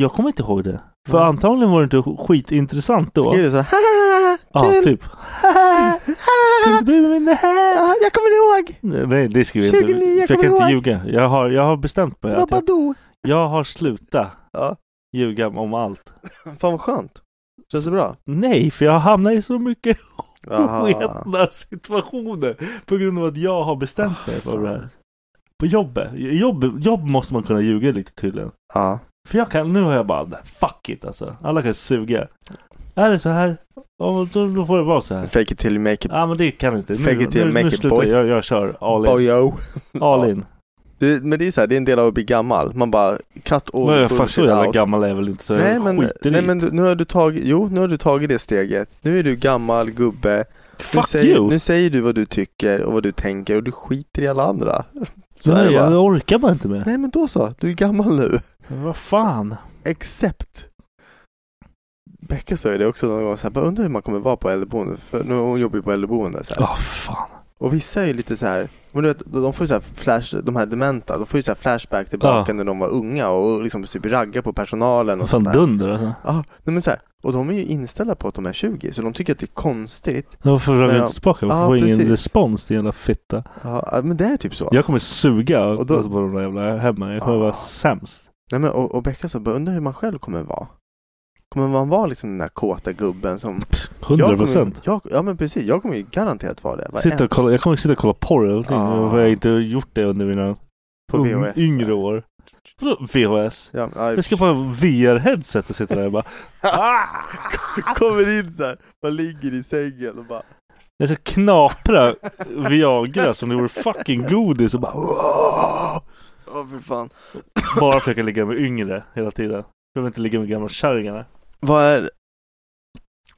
Speaker 1: Jag kommer inte ihåg det. För
Speaker 3: Mm.
Speaker 1: antagligen var det inte skitintressant då.
Speaker 3: Skriver du så här,
Speaker 1: Ja, typ.
Speaker 2: Inte bry mig med här. Jag kommer ihåg.
Speaker 1: Nej, det ska vi inte.
Speaker 2: 29, jag
Speaker 1: för jag kan
Speaker 2: kommer
Speaker 1: inte
Speaker 2: ihåg.
Speaker 1: ljuga. Jag har, jag har bestämt mig. Att jag,
Speaker 2: Babadoo.
Speaker 1: jag har slutat
Speaker 3: Ja.
Speaker 1: ljuga om allt.
Speaker 3: Fan vad skönt. Känns det bra?
Speaker 1: Nej, för jag hamnar i så mycket
Speaker 3: Jaha.
Speaker 1: sketna situationer på grund av att jag har bestämt mig
Speaker 3: Ah,
Speaker 1: för det här. På jobbet. Jobb, jobb måste man kunna ljuga lite tydligen.
Speaker 3: Ja.
Speaker 1: För jag kan, nu har jag bara, fuck it alltså. Alla kan suga. Är det så här, ja, då då får det vara så här.
Speaker 3: Fake it till you make it.
Speaker 1: Ja men det kan vi inte. Nu,
Speaker 3: Fake it till
Speaker 1: nu,
Speaker 3: make
Speaker 1: nu
Speaker 3: it,
Speaker 1: slutar
Speaker 3: boy.
Speaker 1: jag. Jag kör all in.
Speaker 3: Boyo.
Speaker 1: All in.
Speaker 3: Oh, Du, men det är så här, det är en del av att bli gammal. Man bara cut all
Speaker 1: Men jag är fan
Speaker 3: bullshit
Speaker 1: så jävla
Speaker 3: out.
Speaker 1: gammal är jag väl inte så
Speaker 3: Nej
Speaker 1: jag
Speaker 3: men,
Speaker 1: skiter
Speaker 3: nej
Speaker 1: i.
Speaker 3: men du, nu har du tagit, jo nu har du tagit det steget. Nu är du gammal gubbe. nu,
Speaker 1: Fuck
Speaker 3: säger,
Speaker 1: you!
Speaker 3: nu säger du vad du tycker och vad du tänker och du skiter i alla andra. Så
Speaker 1: så
Speaker 3: är det bara.
Speaker 1: Jag orkar bara inte med.
Speaker 3: Nej men då så, du är gammal nu.
Speaker 1: Men Vad fan.
Speaker 3: Except. Becka sa ju det också någon gång, så här, bara undrar hur man kommer vara på äldreboende. För nu, hon jobbar ju på äldreboende. Så här.
Speaker 1: Ja fan.
Speaker 3: Och vissa är ju lite så här, men du vet, de får ju så här flash, de här dementa, de får ju så här flashback tillbaka
Speaker 1: Ja.
Speaker 3: när de var unga och liksom typ ragga på personalen och
Speaker 1: Fan
Speaker 3: sånt där.
Speaker 1: dunder alltså.
Speaker 3: Ja, nej men så här, och de är ju inställda på att de är 20, så de tycker att det är konstigt.
Speaker 1: Varför rör
Speaker 3: Men
Speaker 1: jag
Speaker 3: de-
Speaker 1: inte tillbaka? Varför
Speaker 3: Ja,
Speaker 1: får jag ingen
Speaker 3: precis.
Speaker 1: respons din jävla fitta?
Speaker 3: Ja, men det är typ så.
Speaker 1: Jag kommer suga
Speaker 3: Och då-
Speaker 1: alltså, på de där jävla hemma. Jag kommer
Speaker 3: Ah.
Speaker 1: vara sämst.
Speaker 3: Nej men och, och Becka så, bara, undrar hur man själv kommer vara. Kommer man vara liksom den där kåta gubben som...
Speaker 1: 100 procent.
Speaker 3: Jag kommer, jag, ja men precis, jag kommer ju garanterat vara det. Varje-
Speaker 1: Sitta och kolla, jag kommer sitta och kolla porr och allting.
Speaker 3: Ah.
Speaker 1: Varför har jag inte gjort det under mina
Speaker 3: På
Speaker 1: un-
Speaker 3: VHS.
Speaker 1: yngre år? Vadå VHS?
Speaker 3: Ja, ja,
Speaker 1: Jag ska på VR-headset och sitta där och bara
Speaker 3: Kommer in såhär, man ligger i sängen och bara
Speaker 1: Jag ska knapra Viagra som det vore fucking godis och bara
Speaker 3: Åh oh, för fan
Speaker 1: Bara försöka ligga med yngre hela tiden. Behöver inte ligga med gamla kärringarna.
Speaker 3: Vad är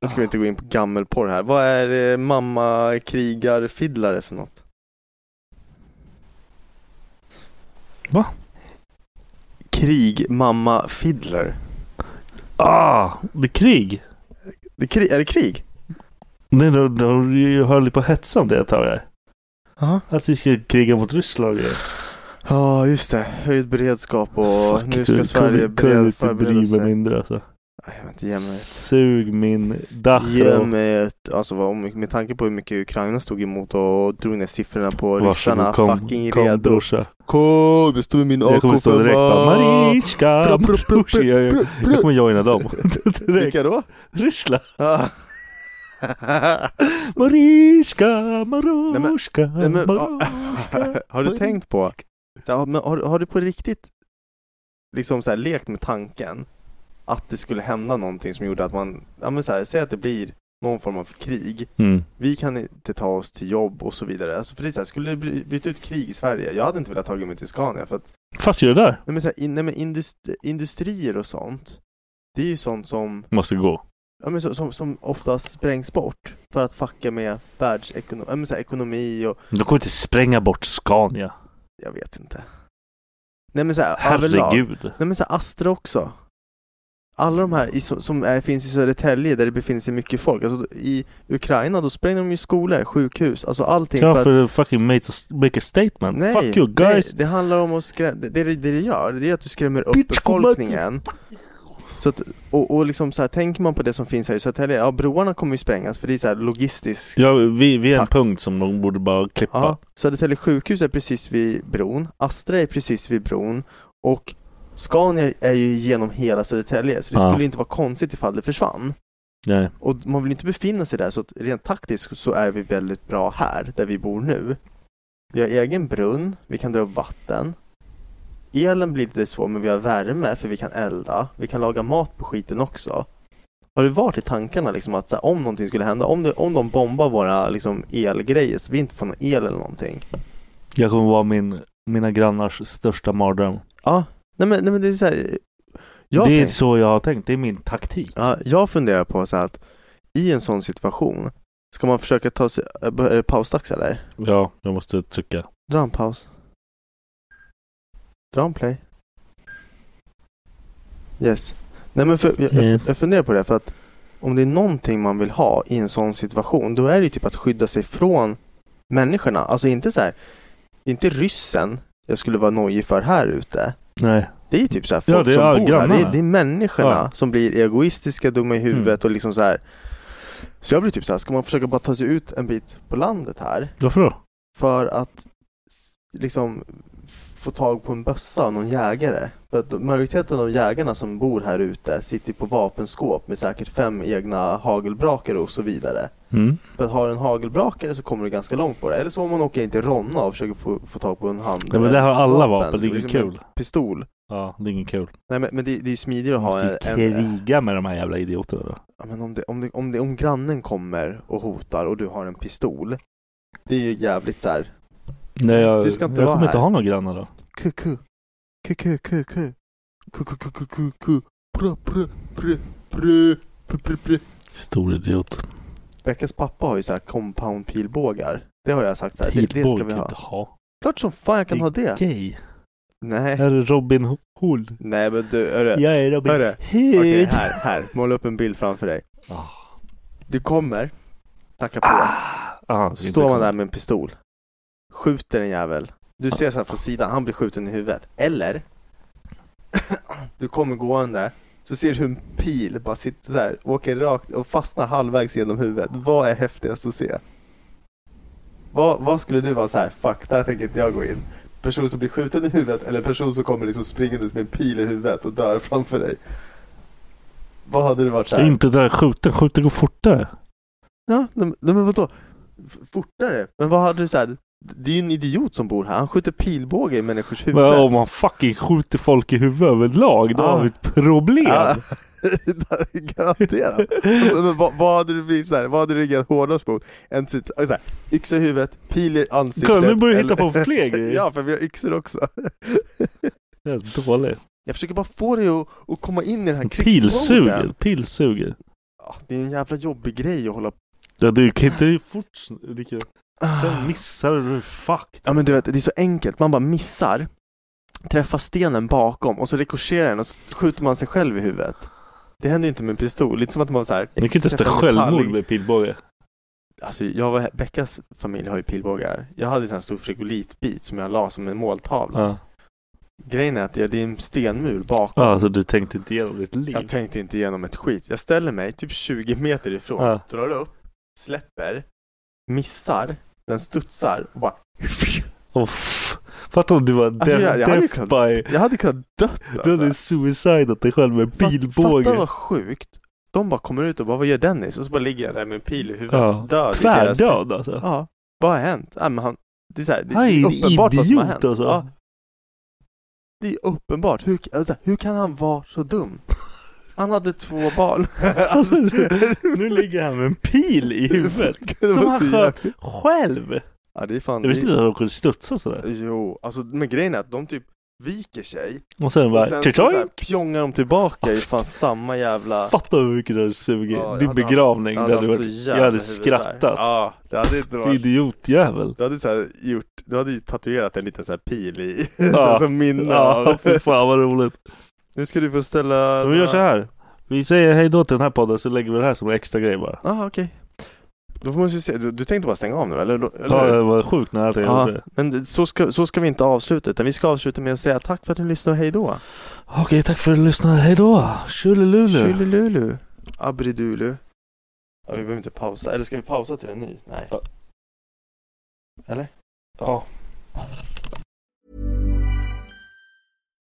Speaker 3: Nu ska vi inte gå in på gammelporr här Vad är eh, mamma krigar fiddlare för något?
Speaker 1: Va?
Speaker 3: Krig mamma fiddler
Speaker 1: Ah! Det är krig!
Speaker 3: det är, krig, är det krig?
Speaker 1: Nej, de, de höll ju på att hetsa om det ett tag här.
Speaker 3: Ja
Speaker 1: Att vi ska kriga mot Ryssland och grejer.
Speaker 3: Ja just det, höjd beredskap och
Speaker 1: Fuck, du,
Speaker 3: nu ska
Speaker 1: kom-
Speaker 3: Sverige
Speaker 1: kom
Speaker 3: bered,
Speaker 1: hit och
Speaker 3: förbereda
Speaker 1: driva
Speaker 3: sig
Speaker 1: mindre alltså.
Speaker 3: Nej, vänta, Ge mig
Speaker 1: Sug min Dachau.
Speaker 3: Ge mig ett, alltså vad, om- med tanke på hur mycket Ukraina stod emot och drog ner siffrorna på ryssarna,
Speaker 1: kom,
Speaker 3: fucking
Speaker 1: kom,
Speaker 3: redo
Speaker 1: brorsa.
Speaker 3: Kom, jag står med min
Speaker 1: Jag kommer stå direkt bara Marichka,
Speaker 3: Bra, bra, bra,
Speaker 1: brorsa. Jag, jag,
Speaker 3: bra, bra.
Speaker 1: jag kommer joina dem. direkt.
Speaker 3: Vilka då?
Speaker 1: Ryssland.
Speaker 3: Ah.
Speaker 1: Mariska,
Speaker 3: men-
Speaker 1: Maruska,
Speaker 3: Nej, men,
Speaker 1: Maruska.
Speaker 3: har du tänkt på, ja, men har, har du på riktigt liksom så här lekt med tanken att det skulle hända någonting som gjorde att man, ja men så här, säg att det blir någon form av krig
Speaker 1: Mm.
Speaker 3: vi kan inte ta oss till jobb och så vidare. Alltså för det är så här, skulle det bry- bryta ut krig i Sverige, jag hade inte velat tagit mig till Scania för att
Speaker 1: Fast gör det där.
Speaker 3: nej men, så här, in, nej men indust- industrier och sånt, det är ju sånt som,
Speaker 1: Måste gå.
Speaker 3: ja men så, som, som oftast sprängs bort för att fucka med världsekonomi, ja men så här, ekonomi och,
Speaker 1: De kommer inte spränga bort Scania.
Speaker 3: jag vet inte. Nej men så här, överlag.
Speaker 1: Herregud.
Speaker 3: Nej men så här, Astra också. Alla de här i, so- som är, finns i Södertälje där det befinner sig mycket folk. Alltså i Ukraina då sprängde de ju skolor, sjukhus, alltså allting
Speaker 1: Kan
Speaker 3: för
Speaker 1: man
Speaker 3: att
Speaker 1: för fucking make a, make a statement?
Speaker 3: Nej,
Speaker 1: Fuck you guys.
Speaker 3: nej, det handlar om att skrämma, det, det det gör, det är att du skrämmer upp
Speaker 1: Bitch,
Speaker 3: befolkningen så att, och, och liksom så här, tänker man på det som finns här i Södertälje, ja broarna kommer ju sprängas för det är så här logistiskt
Speaker 1: Ja, vi, vi är en
Speaker 3: Tack.
Speaker 1: punkt som de borde bara klippa.
Speaker 3: Ja, Södertälje sjukhus är precis vid bron, Astra är precis vid bron och Scania är ju genom hela Södertälje så det
Speaker 1: Ja.
Speaker 3: skulle inte vara konstigt ifall det försvann
Speaker 1: Nej.
Speaker 3: och man vill inte befinna sig där så att rent taktiskt så är vi väldigt bra här där vi bor nu. Vi har egen brunn, vi kan dra upp vatten. Elen blir lite svår men vi har värme för vi kan elda. Vi kan laga mat på skiten också. Har det varit i tankarna liksom att så här, om någonting skulle hända, om, det, om de bombar våra liksom, elgrejer så vi inte får någon el eller någonting.
Speaker 1: Jag kommer vara min, mina grannars största mardröm.
Speaker 3: Ja, nej men, nej, men det är så här, jag
Speaker 1: det är
Speaker 3: tänker-
Speaker 1: så jag har tänkt. Det är min taktik.
Speaker 3: Ja, jag funderar på så här att i en sån situation, ska man försöka ta sig, eh, är det pausdags eller?
Speaker 1: Ja, jag måste trycka.
Speaker 3: Dra en paus. Dra en play. Yes. Nej men för, jag, jag,
Speaker 1: Yes.
Speaker 3: jag funderar på det för att om det är någonting man vill ha i en sån situation då är det ju typ att skydda sig från människorna. Alltså inte så här, inte ryssen jag skulle vara nojig för här ute.
Speaker 1: Nej.
Speaker 3: Det är ju typ så här
Speaker 1: Ja,
Speaker 3: folk
Speaker 1: det är
Speaker 3: som bor här. Det
Speaker 1: grannarna.
Speaker 3: är, det är människorna
Speaker 1: Ja. Mm.
Speaker 3: som blir egoistiska, dumma i huvudet och liksom så här Så jag blir typ så här, ska man försöka bara ta sig ut en bit på landet här?
Speaker 1: Varför då?
Speaker 3: För att s- liksom få tag på en bössa av någon jägare. För att majoriteten av jägarna som bor här ute sitter på vapenskåp med säkert fem egna hagelbrakare och så vidare.
Speaker 1: Mm.
Speaker 3: För att ha en hagelbrakare så kommer du ganska långt på det. Eller så om man åker in till Ronna och försöker få, få tag på en hand.
Speaker 1: Ja, men där har alla vapen, det är
Speaker 3: och
Speaker 1: inget
Speaker 3: liksom en
Speaker 1: kul.
Speaker 3: Pistol.
Speaker 1: Ja, det är ingen kul.
Speaker 3: Nej men, men det, det är ju smidigare att
Speaker 1: Du
Speaker 3: ha
Speaker 1: måste
Speaker 3: en...
Speaker 1: ju
Speaker 3: en
Speaker 1: kriga med de här jävla idioterna då.
Speaker 3: ja, men om, det, om, det, om, det, om grannen kommer och hotar och du har en pistol. Det är ju jävligt så här.
Speaker 1: Nej, jag,
Speaker 3: Du ska inte
Speaker 1: jag
Speaker 3: vara
Speaker 1: kommer inte
Speaker 3: här.
Speaker 1: ha några grannar då.
Speaker 3: Kuku. Kuku, kuku. Kuku, kuku, kuku. Pra, pra, pra, pra, pra, pra, pra.
Speaker 1: Stor idiot.
Speaker 3: Beckas pappa har ju så här compound pilbågar. Det har jag sagt så här. Det, det
Speaker 1: Pilbåge
Speaker 3: ska
Speaker 1: kan
Speaker 3: vi
Speaker 1: jag
Speaker 3: ha.
Speaker 1: inte ha.
Speaker 3: Klart som fan jag kan ha
Speaker 1: Det är
Speaker 3: det.
Speaker 1: Gay.
Speaker 3: Nej.
Speaker 1: Är det Robin Hood?
Speaker 3: Nej men du, hörru.
Speaker 1: Jag är Robin
Speaker 3: Hörru.
Speaker 1: Hood.
Speaker 3: Okej, här, här. Måla upp en bild framför dig.
Speaker 1: Ah.
Speaker 3: Du kommer, knackar på,
Speaker 1: Ah,
Speaker 3: så står man där med en pistol, skjuter en jävel. Du ser så här från sidan, han blir skjuten i huvudet. Eller, du kommer gående, så ser du hur en pil bara sitter så här, åker rakt och fastnar halvvägs genom huvudet. Vad är häftigast att se? Vad, vad skulle du vara så här, fuck, där tänker inte jag gå in. Person som blir skjuten i huvudet eller person som kommer liksom springandes med en pil i huvudet och dör framför dig. Vad hade du varit så här?
Speaker 1: Inte där skjuten. Skjuten går fortare.
Speaker 3: Ja, nej, men- nej men vadå? F- Fortare? Men vad hade du så här? Det är ju en idiot som bor här, han skjuter pilbåge i människors huvud.
Speaker 1: Men om man fucking skjuter folk i huvudet överlag, då
Speaker 3: Ah.
Speaker 1: har vi ett problem.
Speaker 3: Ja. Garanterat. Men men vad, vad hade du blivit så här, vad hade du reagerat hårdast mot? En typ, så här, yxa i huvudet, pil i ansiktet.
Speaker 1: Kolla, nu börjar du hitta
Speaker 3: eller-
Speaker 1: på fler grejer.
Speaker 3: ja, för vi har yxor också.
Speaker 1: Det är dåligt.
Speaker 3: Jag försöker bara få dig att, att komma in i den här
Speaker 1: Pilsuger.
Speaker 3: krigsmoden.
Speaker 1: Pilsuger.
Speaker 3: Ja, Det är en jävla jobbig grej att hålla på.
Speaker 1: Ja, du kan inte fort... Rickard.
Speaker 3: Ah.
Speaker 1: Sen missar du. Fuck.
Speaker 3: Ja men du vet, det är så enkelt. Man bara missar, träffar stenen bakom och så rikoscherar den och så skjuter man sig själv i huvudet. Det händer ju inte med en pistol. Lite som att man så här,
Speaker 1: Ni kan inte testa
Speaker 3: träffar en
Speaker 1: självmord
Speaker 3: metall-
Speaker 1: med pilbåge.
Speaker 3: Alltså jag var, Beckas familj har ju pilbågar. Jag hade en sån här stor frigolitbit som jag la som en måltavla.
Speaker 1: Ja.
Speaker 3: Grejen är att det det är en stenmur bakom.
Speaker 1: Ja, så du tänkte inte igenom ditt liv.
Speaker 3: Jag tänkte inte igenom ett skit. Jag ställer mig typ 20 meter ifrån,
Speaker 1: Ja.
Speaker 3: drar upp, släpper, missar, den studsar och bara
Speaker 1: Oh, Fatta om du var
Speaker 3: Alltså, jag- jag hade ju
Speaker 1: death
Speaker 3: kunnat-
Speaker 1: by...
Speaker 3: Jag hade kunnat dött
Speaker 1: Du
Speaker 3: alltså.
Speaker 1: hade suicidat dig själv med
Speaker 3: Fat- Fatta
Speaker 1: pilbåge.
Speaker 3: vad sjukt. De bara kommer ut och bara, vad gör Dennis? Och så bara ligger jag där med en pil i huvudet.
Speaker 1: Ja.
Speaker 3: Död i deras-
Speaker 1: Tvärdöd alltså.
Speaker 3: Ja. Vad har hänt? Ja, men han, det är, så här, det,
Speaker 1: Han
Speaker 3: det
Speaker 1: är
Speaker 3: är
Speaker 1: en
Speaker 3: uppenbart vad som har hänt.
Speaker 1: idiot alltså.
Speaker 3: Ja, det är uppenbart. Hur, alltså, hur kan han vara så dum? Han hade två barn.
Speaker 1: Alltså, nu ligger han med en pil i huvudet.
Speaker 3: Det var
Speaker 1: Som han
Speaker 3: så
Speaker 1: sköt
Speaker 3: jävla-
Speaker 1: själv.
Speaker 3: Ja, det är fan...
Speaker 1: Jag visste
Speaker 3: Det,
Speaker 1: inte att de kunde studsa sådär.
Speaker 3: jo, alltså men grejen är att de typ viker sig
Speaker 1: Och sen
Speaker 3: och
Speaker 1: bara... Ah,
Speaker 3: sen så, så här,
Speaker 1: tjotjoj!
Speaker 3: pjongar de tillbaka i fan samma jävla...
Speaker 1: Fatta hur mycket det hade sugit.
Speaker 3: jag
Speaker 1: Din
Speaker 3: hade haft-
Speaker 1: begravning.
Speaker 3: jag
Speaker 1: Hade hade
Speaker 3: haft så
Speaker 1: varit,
Speaker 3: jävla
Speaker 1: jag hade
Speaker 3: huvud där.
Speaker 1: skrattat.
Speaker 3: Ja, det hade inte varit...
Speaker 1: Idiotjävel.
Speaker 3: Du hade, så här gjort, du hade ju tatuerat en liten så här pil i,
Speaker 1: Ja.
Speaker 3: som minne
Speaker 1: Ja,
Speaker 3: av.
Speaker 1: fy fan vad roligt.
Speaker 3: Nu ska du få ställa...
Speaker 1: Men vi gör så här. Vi säger hej då till den här podden så lägger vi det här som en extra grej bara.
Speaker 3: Ja, okej. Då måste vi se, du, du tänkte bara stänga av nu eller? eller?
Speaker 1: Ja, det var sjukt nära till
Speaker 3: Ja,
Speaker 1: det.
Speaker 3: men det- så ska, så ska vi inte avsluta utan vi ska avsluta med att säga tack för att ni lyssnade och hej då.
Speaker 1: Okej, tack för att du lyssnade. Hej då! Tjolilulu!
Speaker 3: Tjolilulu. Abridulu. Ja, vi behöver inte pausa. Eller ska vi pausa till en ny? Nej.
Speaker 1: Ja.
Speaker 3: Eller?
Speaker 1: Ja.